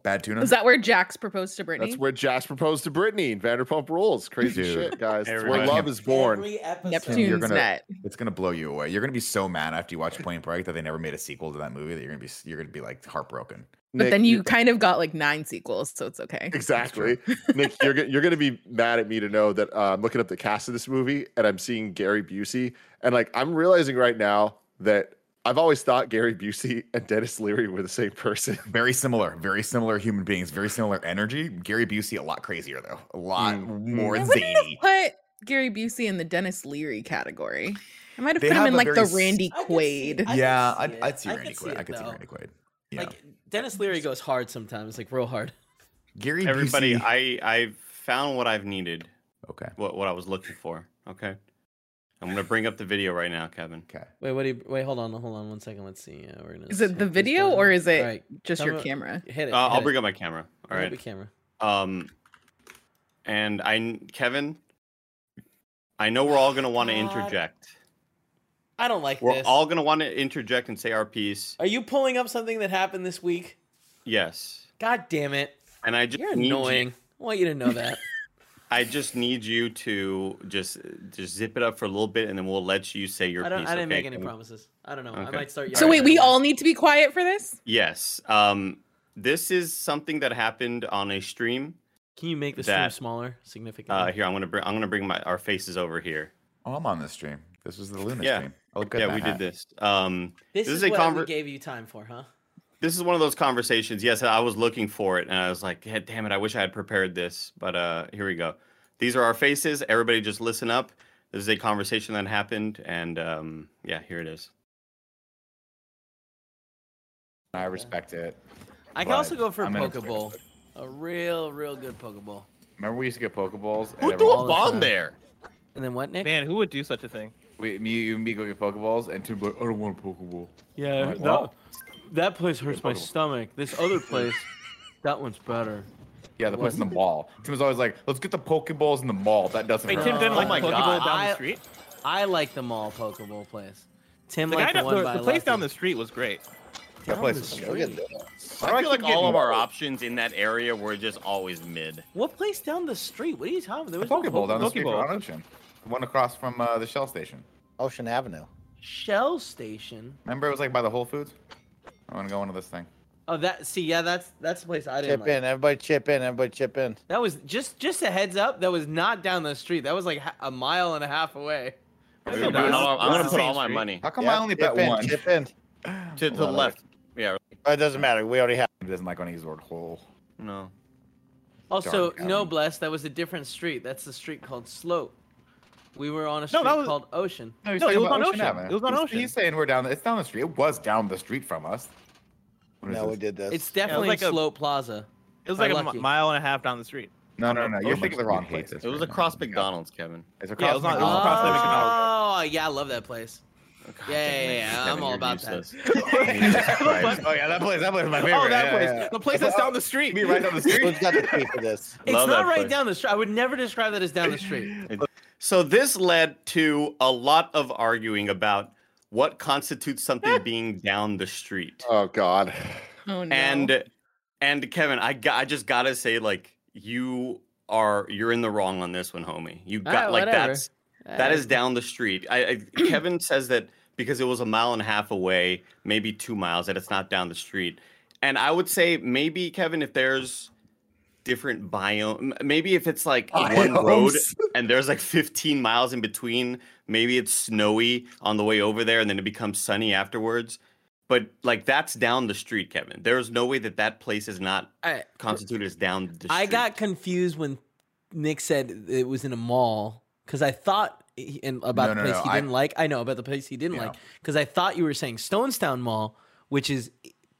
bad tuna.
Was that where Jax proposed to Brittany?
That's where Jax proposed to Brittany and Vanderpump Rules. Crazy
Dude.
shit, guys. That's where
Everybody.
love is born.
Every episode.
you're
Neptune's
gonna-
net.
It's gonna blow you away. You're gonna be so mad after you watch Point Break that they never made a sequel to that movie that you're gonna be you're gonna be like heartbroken.
But
Nick,
then you kind of got like nine sequels, so it's okay.
exactly, Nick. You're go- you're gonna be mad at me to know that uh, I'm looking up the cast of this movie and I'm seeing Gary Busey and like I'm realizing right now that I've always thought Gary Busey and Dennis Leary were the same person.
Very similar, very similar human beings, very similar energy. Gary Busey a lot crazier though, a lot
Mm.
more
I wouldn't
zany.
have put Gary Busey in the Dennis Leary category. I might have
They
put him
have
in
a
like
very
the
s-
Randy
I could see-
Quaid.
I could
yeah,
see
I'd,
it.
I'd see
I
Randy
could see
Quaid. I
it,
could see
though.
Randy Quaid. Yeah,
Like Dennis Leary goes hard sometimes, like real hard.
Gary
Everybody,
Busey.
I I found what I've needed,
okay,
what what I was looking for. Okay, I'm gonna bring up the video right now, Kevin.
okay.
Wait, what do you wait? Hold on, hold on, one second. Let's see. Yeah, we're gonna.
Is it the
sync this
video
down.
or is it
Alright,
Just
Tell
your
me-
camera.
Hit it.
Uh, I'll bring up my camera. All
Your
right.
camera.
Um, and I Kevin, I know we're all gonna want to
God.
interject.
I don't like
We're
this.
all gonna want to interject and say our piece.
Are you pulling up something that happened this week?
Yes.
God damn it!
And I just
You're
need you-
annoying. I want you to know that.
I just need you to just just zip it up for a little bit, and then we'll let you say your
I don't.
piece.
I didn't
okay,
make any
Kevin?
promises. I don't know. I
Okay.
might start.
So
yelling
wait,
at
we
everyone.
all need to be quiet for this?
Yes. Um, this is something that happened on a stream.
Can you make the stream
that-
smaller
Uh,
significantly?
here I'm gonna bring I'm gonna bring my our faces over here.
Oh, I'm on this stream. This was the Luna
Yeah.
stream. I look good.
yeah, we did this. Um,
this,
this
is,
is a
what we
conver-
gave you time for, huh?
this is one of those conversations. Yes, I was looking for it, and I was like, "God damn it, I wish I had prepared this. But uh, here we go. These are our faces. Everybody, just listen up. This is a conversation that happened, and um, yeah, here it is.
I respect it.
I can
But
also go for a
I'm gonna-
Pokeball. A real, real good Pokeball.
Remember we used to get Pokeballs?
Who
and
threw
everyone-
a bomb there?
And then what, Nick?
Man, who would do such a thing?
we, me, you and me go get Pokeballs, and two, like, I don't want a Pokeball.
Yeah,
Like, wow.
That place hurts
my
stomach. This other place, that one's better.
Yeah, the place in the mall. Tim was always like, let's get the Pokeballs in the mall. That doesn't
Wait,
hurt.
Tim didn't
Oh
like
my
the Pokeball
God.
down
I-
the street.
I like the mall Pokeball place. Tim
The, guy
liked the
down,
one
the,
by
the place down the
Lucky.
street was great.
That
Down
place
the
is
street.
I, feel like
keep
all
getting
of our options in that area were just always mid.
What place down the street? What are you talking about? There
The
was no
Pokeball down the street from
Pokeball.
Round Ocean. The one across from uh, the Shell Station.
Ocean Avenue.
Shell Station.
Remember it was like by the Whole Foods? I want to go into this thing.
Oh, that. See, yeah, that's that's the place I didn't
Chip
like.
in, everybody chip in, everybody chip in.
That was just just a heads up. That was not down the street. That was like ha- a mile and a half away.
I'm
feel bad.
gonna
It's
put
the
all
same
my
street.
money
How come I
Yep,
only
chip
bet
in,
one?
Chip in.
to the
on.
left. Yeah.
Oh, it doesn't matter. We already have.
He doesn't like when he's word whole.
No.
Also,
Darn
no,
Adam.
bless. That was a different street. That's the street called Slope. We were on a
No,
street
that was-
called Ocean.
No, he's
No, it
talking
was
about
on
Ocean
Ocean.
Avenue.
It was on
he's,
Ocean.
He's saying we're down. It's down the street. It was down the street from us. What is
No,
this?
we did this.
It's definitely
like a-
Slope Plaza.
It was
By
like a
Lucky.
mi- mile and a half down the street.
No, no, no. You're thinking of the wrong
Dude hates
place.
It was across McDonald's, Kevin.
It's
Yeah, it
across
was on- it was
McDonald's.
across the
Oh, yeah, I love that place. Yeah, yeah, yeah, yeah, I'm
Kevin,
all
you're
about that.
useless.
Jesus Christ. oh yeah, that place. That place is my favorite.
Oh, that
yeah,
place.
yeah, yeah.
The place that's down the street.
Me right down the street.
Who's got the key for this?
It's
Love that
not right
place.
down the street. I would never describe that as down the street.
So this led to a lot of arguing about what constitutes something being down the street.
Oh God.
Oh no.
And and Kevin, I got, I just gotta say, like you are you're in the wrong on this one, homie. You got
Ah,
like
whatever.
Uh,
that's that is down the street. I, I Kevin says that because it was a mile and a half away, maybe two miles, and it's not down the street. And I would say maybe Kevin, if there's different biome, m- maybe if it's like one road
Biomes.
and there's like 15 miles in between, maybe it's snowy on the way over there, and then it becomes sunny afterwards. But like that's down the street, Kevin. There is no way that that place is not
I,
constituted as down the street.
I got confused when Nick said it was in a mall because I thought he, and about
No,
the
no,
place
no,
he
I-
didn't like. I know about the place he didn't
Yeah.
like because I thought you were saying Stonestown Mall, which is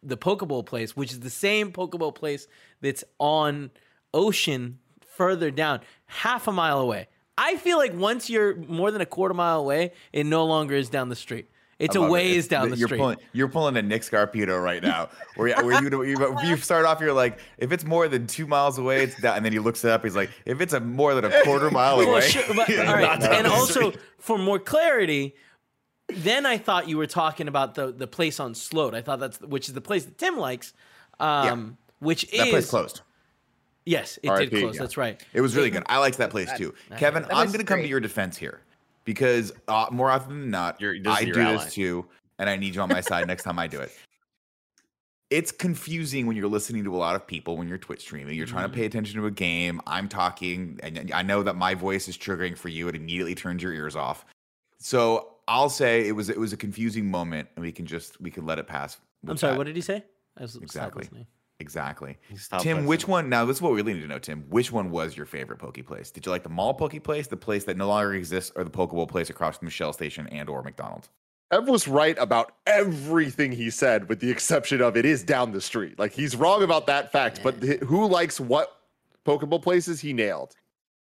the Pokeball place, which is the same Pokeball place that's on Ocean further down, half a mile away. I feel like once you're more than a quarter mile away, it no longer is down the street. It's a
love it.
ways down the
you're
street.
Pulling, you're pulling a Nick Scarpino right now, where, where you, you you start off, you're like, if it's more than two miles away, it's down. And then he looks it up, he's like, if it's a more than a quarter mile
Well,
away,
sure, but-
it's
all
not
right.
down
And
the
also,
street.
for more clarity, then I thought you were talking about the the place on Sloat. I thought that's which is the place that Tim likes. Um, Which is
that place closed.
Yes, it did
RIP,
close.
yeah.
That's right.
It was really good. I liked that place too. Kevin, I'm going to come to your defense here because uh, more often than not,
You're- this is
I do
your ally.
this too, and I need you on my side next time I do it. It's confusing when you're listening to a lot of people when you're Twitch streaming. You're trying to pay attention to a game. I'm talking, and I know that my voice is triggering for you. It immediately turns your ears off. So I'll say it was it was a confusing moment, and we can just we can let it pass.
I'm
with
sorry.
that.
What did he say? I was stopped
Exactly.
listening.
exactly.
Stop
Tim,
us.
which one? Now, this is what we really need to know, Tim. Which one was your favorite Poke place? Did you like the mall Poke place, the place that no longer exists, or the Pokeball place across from Shell Station and or McDonald's?
Ev was right about everything he said, with the exception of it is down the street. Like he's wrong about that fact, but th- who likes what Pokeball places he nailed?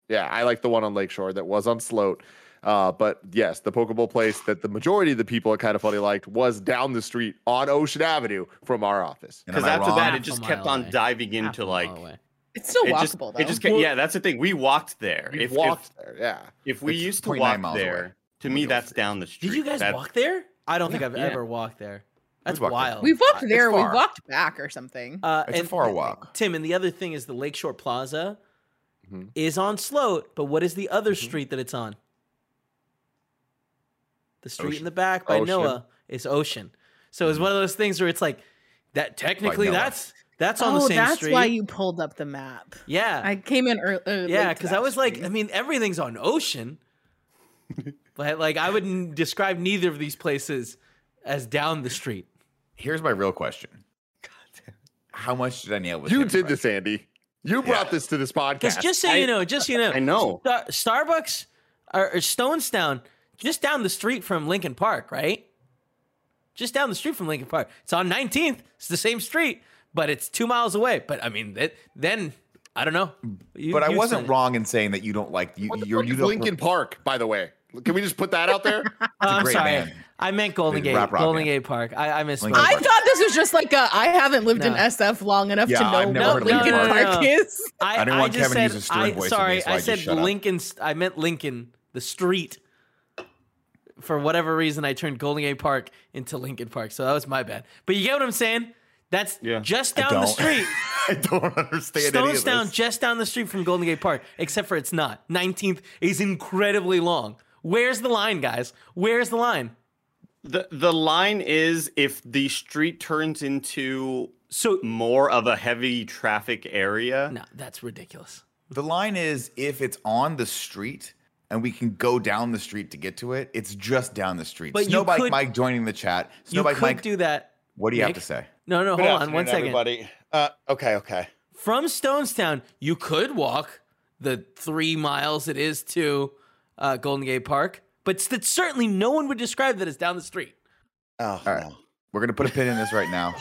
Yeah, I like the one on Lakeshore that was on Sloat. Uh, but yes, the Pokeball place that the majority of the people at Kind of Funny liked was down the street on Ocean Avenue from our office.
And am
Because
I
after
wrong?
that,
Half
it
a
just
mile
kept on
away.
diving
Half a
into
mile
like
away.
It's still
it
walkable
just,
though.
It just ca-
Well-
yeah, that's the thing. We walked there.
We
if,
walked there, yeah.
if, if we
It's
used to
0.9
walk
miles
there,
away.
to me that's down the street.
Did you guys
That-
walk there? I don't think I've
yeah.
ever walked there. That's
walked there.
wild.
we walked
It's
there. We
far.
walked back or something.
Uh,
It's a
and
far
th-
walk. Mm-hmm.
Tim, and the other thing is the Lakeshore Plaza
Mhm.
is on Sloat, but what is the other street that it's on? The street in
Ocean. Mm-hmm.
the back by
Ocean.
Noah is Ocean. So it's one of those things where it's like that. Technically,
Noah.
that's that's on
oh,
the same
that's
street.
why you pulled up the map.
yeah,
I came in early. Uh, late
yeah,
to
because
that
I was like,
stream.
I mean, everything's on Ocean, but like I wouldn't describe neither of these places as down the street.
Here's my real question. How much did I nail with
You
Tim's
did
question?
this, Andy. You brought this to this
Because
podcast.
just so you know, just so you know,
I know.
Star- Starbucks or, or Stonestown, just down the street from Lincoln Park, right? Just down the street from Lincoln Park. It's on 19th. It's the same street, but it's two miles away. But I mean, that, then I don't know. You-
But I
you
wasn't
said it.
wrong in saying that you don't like you.
What the
You're,
fuck
you
is
don't
Lincoln Park, by the way. Can we just put that out there?
Oh, I'm
great
sorry.
man.
I meant Golden
He's a
Gate.
rap rock
Golden
man.
Gate Park. I, I misspoke.
Lincoln
I
Park.
thought this was just like a I haven't lived in
No.
SF long enough
Yeah,
to know
I've never
what
heard of Linkin
Lincoln
Park.
Park
No, no, no.
is.
I,
I didn't want
just
Kevin to
said,
use a stern
I,
voice in
Sorry,
me, so
I,
I just
said
shut up.
Lincoln. st- I meant Lincoln, the street. For whatever reason, I turned Golden Gate Park into Lincoln Park, so that was my bad. But you get what I'm saying? That's
Yeah.
just
I
down
don't.
the street.
I don't understand any of
Stonestown,
this.
just down the street from Golden Gate Park, except for it's not. 19th is incredibly long. Where's the line, guys? Where's the line?
The the line is if the street turns into
So,
more of a heavy traffic area.
no, that's ridiculous.
The line is if it's on the street and we can go down the street to get to it, it's just down the street.
But you
Snowbike
could-
Mike joining the chat.
You
Snowbike
could
Mike,
do that.
what do you
Nick.
have to say?
No, no,
Good
hold on one
afternoon,
second.
Everybody. Uh, okay, okay.
from Stonestown, you could walk the three miles it is to uh, Golden Gate Park, but s- that certainly no one would describe that as down the street.
Oh,
All right. We're gonna put a pin in this right now.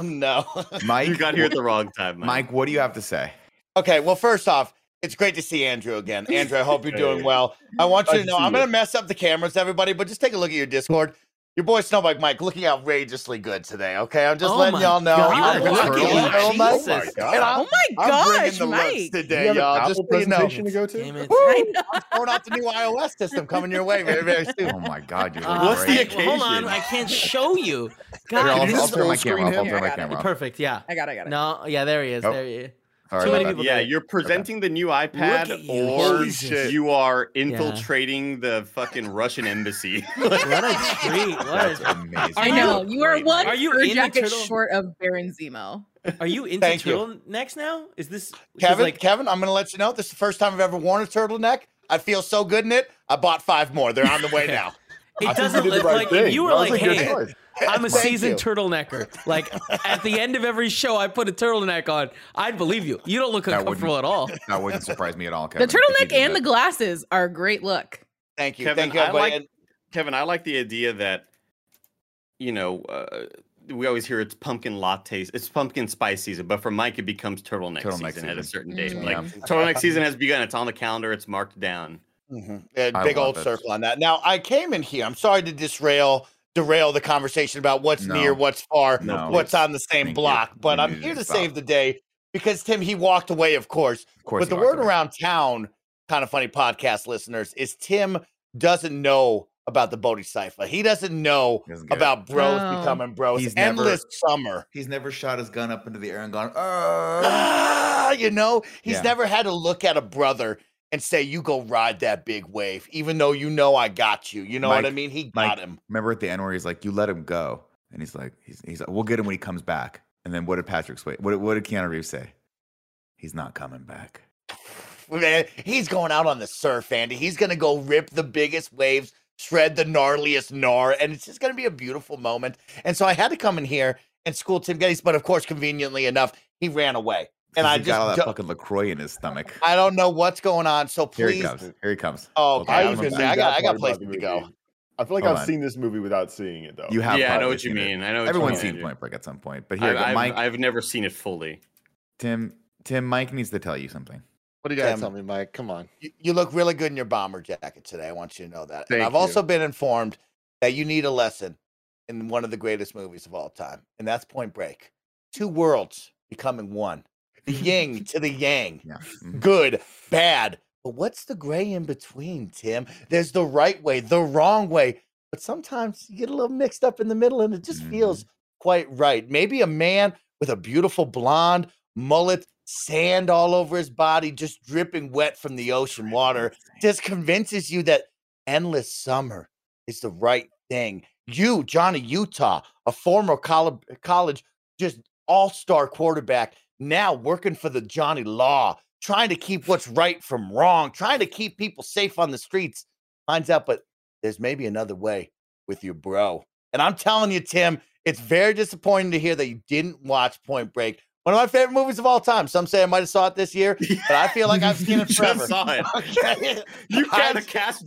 no. no.
Mike
You got here at the wrong time, Mike.
Mike, what do you have to say?
Okay, well, first off, it's great to see Andrew again. Andrew, I hope you're doing well. I want you to know I'm going to mess up the cameras, everybody, but just take a look at your Discord. Your boy Snowbike Mike looking outrageously good today. Okay, I'm just
Oh
letting
my
y'all know.
God.
I'm
Look
rocking
at
it all
you.
night.
Jesus.
And I'm,
Oh my
I'm bringing
gosh,
the looks
Mike!
today, y'all. Just so you know,
to go to?
Damn it.
I know.
throwing out the new iOS system coming your way very, very soon.
Oh my god, you're
Uh,
What's the
great.
occasion?
Hold on, I can't show you.
Here,
God,
I'll,
this
I'll
is
turn my
screen
camera off. I'll
him?
turn my
Yeah, I got
camera off.
perfect. Yeah.
I got it. I got it.
No, yeah, there he is.
Oh.
There he is.
Sorry
Too many
about
people
yeah,
do it.
you're presenting the new
at
iPad,
you.
or
Holy shit.
you are infiltrating the fucking Russian embassy. Like,
What a
that.
treat! What
That's amazing.
I know you are
Great.
one
Are you
fur
in the
jacket
turtle?
short of Baron Zemo.
a, are you into
Thank you.
turtleneck next now? Is this 'cause,
Kevin,
Like,
Kevin, I'm gonna let you know this is the first time I've ever worn a turtleneck. I feel so good in it. I bought five more. They're on the way now.
it
I think you
doesn't
did the
look
right
like
thing.
if you were
That was
like,
a good
hey,
choice.
I'm a
Thank
seasoned
you.
turtlenecker. Like at the end of every show, I put a turtleneck on. I'd believe you. You don't look
That
uncomfortable at all.
That wouldn't surprise me at all.
The
Kevin, if you
turtleneck
did
and the
that.
glasses are a great look.
Thank you.
Kevin,
Thank you,
I
everybody.
like-
And
Kevin, I like the idea that you know uh, we always hear it's pumpkin lattes, it's pumpkin spice season, but for Mike it becomes turtleneck,
Turtleneck
season, at
season.
a certain date.
Mm.
Like
Yeah.
turtleneck season has begun; it's on the calendar, it's marked down.
Mhm. Yeah,
Mm-hmm. I
big
love
old
it.
circle on that. Now I came in here. I'm sorry to disrail derail the conversation about what's
No.
near, what's far,
No,
what's
please.
on the same
Thank you.
block, but
We
I'm
needed
here
to
to
stop.
save the day because Tim he walked away, of course.
Of course,
but the
you are,
word
Kevin.
around town, kind of funny podcast listeners, is Tim doesn't know about the Bodhisattva. He doesn't know
He doesn't get it.
about bros
No.
becoming bros.
He's never-
Endless summer.
He's never shot his gun up into the air and gone. "Ah."
Ah, you know, he's
Yeah.
never had to look at a brother and say, "You go ride that big wave," even though you know I got you. You know what I
Mike-
mean? He got
Mike-
him.
Remember at the end where he's like, "You let him go," and he's like, "He's, he's like, we'll get him when he comes back." And then what did Patrick Swayze? What, did- what did Keanu Reeves say? He's not coming back.
Man, he's going out on the surf, Andy. He's gonna go rip the biggest waves, shred the gnarliest gnar, and it's just gonna be a beautiful moment. And so I had to come in here and school Tim Geddes, but of course, conveniently enough, he ran away. And I
He's got all
just
that
do-
fucking Lacroix in his stomach.
I don't know what's going on. So
Here he
please,
comes. Here he comes.
oh,
Okay,
God, I
I'm
was
gonna
gonna
say,
say
that
I got, I
part
got
about the
places to go.
movie. I feel like
Hold
I've
on.
seen this movie without seeing it though.
You have.
yeah, I know
probably
what you
seen it.
mean. I know what
Everyone's
you mean,
seen
Andrew.
Point Break at some point, but here,
I,
go.
have
Mike,
I've never seen it fully.
Tim, Tim, Mike needs to tell you something.
What do you got
Tim.
to tell me, Mike? Come on.
you, you look really good in your bomber jacket today. I want you to know that. and
Thank
I've
you.
also been informed that you need a lesson in one of the greatest movies of all time, and that's Point Break. Two worlds becoming one. The yin to the yang.
Yeah. Mhm.
Good, bad. But what's the gray in between, Tim? There's the right way, the wrong way. But sometimes you get a little mixed up in the middle and it just
Mhm.
feels quite right. Maybe a man with a beautiful blonde mullet, sand all over his body, just dripping wet from the ocean water, just convinces you that endless summer is the right thing. You, Johnny Utah, a former college, college just all star quarterback, now working for the Johnny Law, trying to keep what's right from wrong, trying to keep people safe on the streets, finds out, but there's maybe another way with your bro. And I'm telling you, Tim, it's very disappointing to hear that you didn't watch Point Break, one of my favorite movies of all time. Some say I might have saw it this year, but I feel like I've seen it
Just
forever.
saw it.
Okay?
You
I-
gotta cast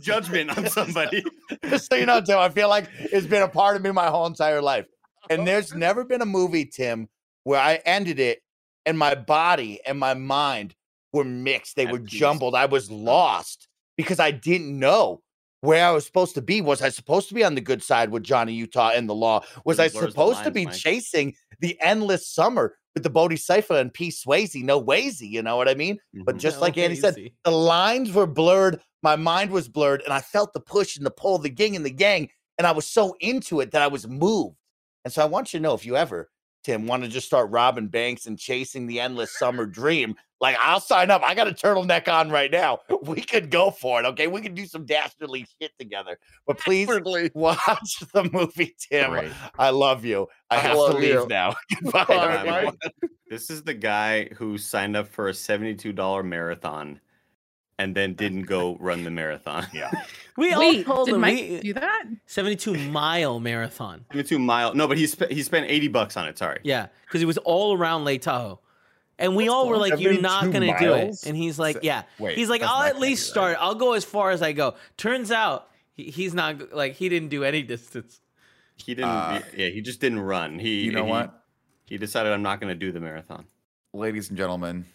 judgment on somebody.
just so you know, Tim, I feel like it's been a part of me my whole entire life.
Oh.
And there's never been a movie, Tim, where I ended it and my body and my mind were mixed. They
At
were
peace. Oh.
jumbled. I was lost because I didn't know where I was supposed to be. Was I supposed to be on the good side with Johnny Utah and the law? Was
Really
I
blurs the
supposed to
lines,
be
Mike.
chasing the endless summer with the Bodhisattva and P. Swayze? No waysy, you know what I mean? But just like Andy said,
Crazy.
the lines were blurred, my mind was blurred, and I felt the push and the pull, the yin and the yang, and I was so into it that I was moved. And so I want you to know if you ever, Tim, want to just start robbing banks and chasing the endless summer dream, like I'll sign up. I got a turtleneck on right now. We could go for it. Okay, we could do some dastardly shit together. But please
Weirdly.
watch the movie, Tim.
Great.
I love you. I
I
have to
love
leave
you.
now. Goodbye.
Bye,
everyone.
Mike.
This is the guy who signed up for a seventy-two dollar marathon, and then didn't go run the marathon. Yeah,
we
Wait,
all told
did
him
Mike
we-
do that?
72 mile marathon.
seventy-two mile. No, but he spent he spent eighty bucks on it. Sorry.
Yeah, because it was all around Lake Tahoe, and we all were like, "You're not
72
gonna do
miles?
it," and he's like,
So-
"Yeah."
wait,
he's like,
that's
"I'll
not
at
gonna
least
be right."
start. I'll go as far as I go." Turns out he, he's not like he didn't do any distance.
He didn't.
Uh,
yeah, he just didn't run. He.
You know
he,
what?
He decided I'm not going to do the marathon.
ladies and gentlemen,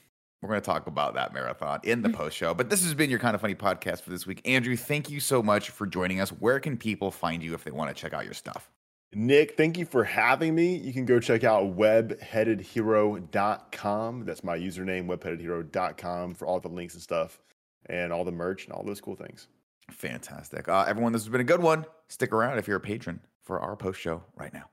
we're going to talk about that marathon in the post show. But this has been your kind of funny podcast for this week. Andrew, thank you so much for joining us. Where can people find you if they want to check out your stuff?
Nick, thank you for having me. You can go check out webheadedhero.com. That's my username, webheadedhero.com, for all the links and stuff and all the merch and all those cool things.
Fantastic. Uh, everyone, this has been a good one. Stick around if you're a patron for our post show right now.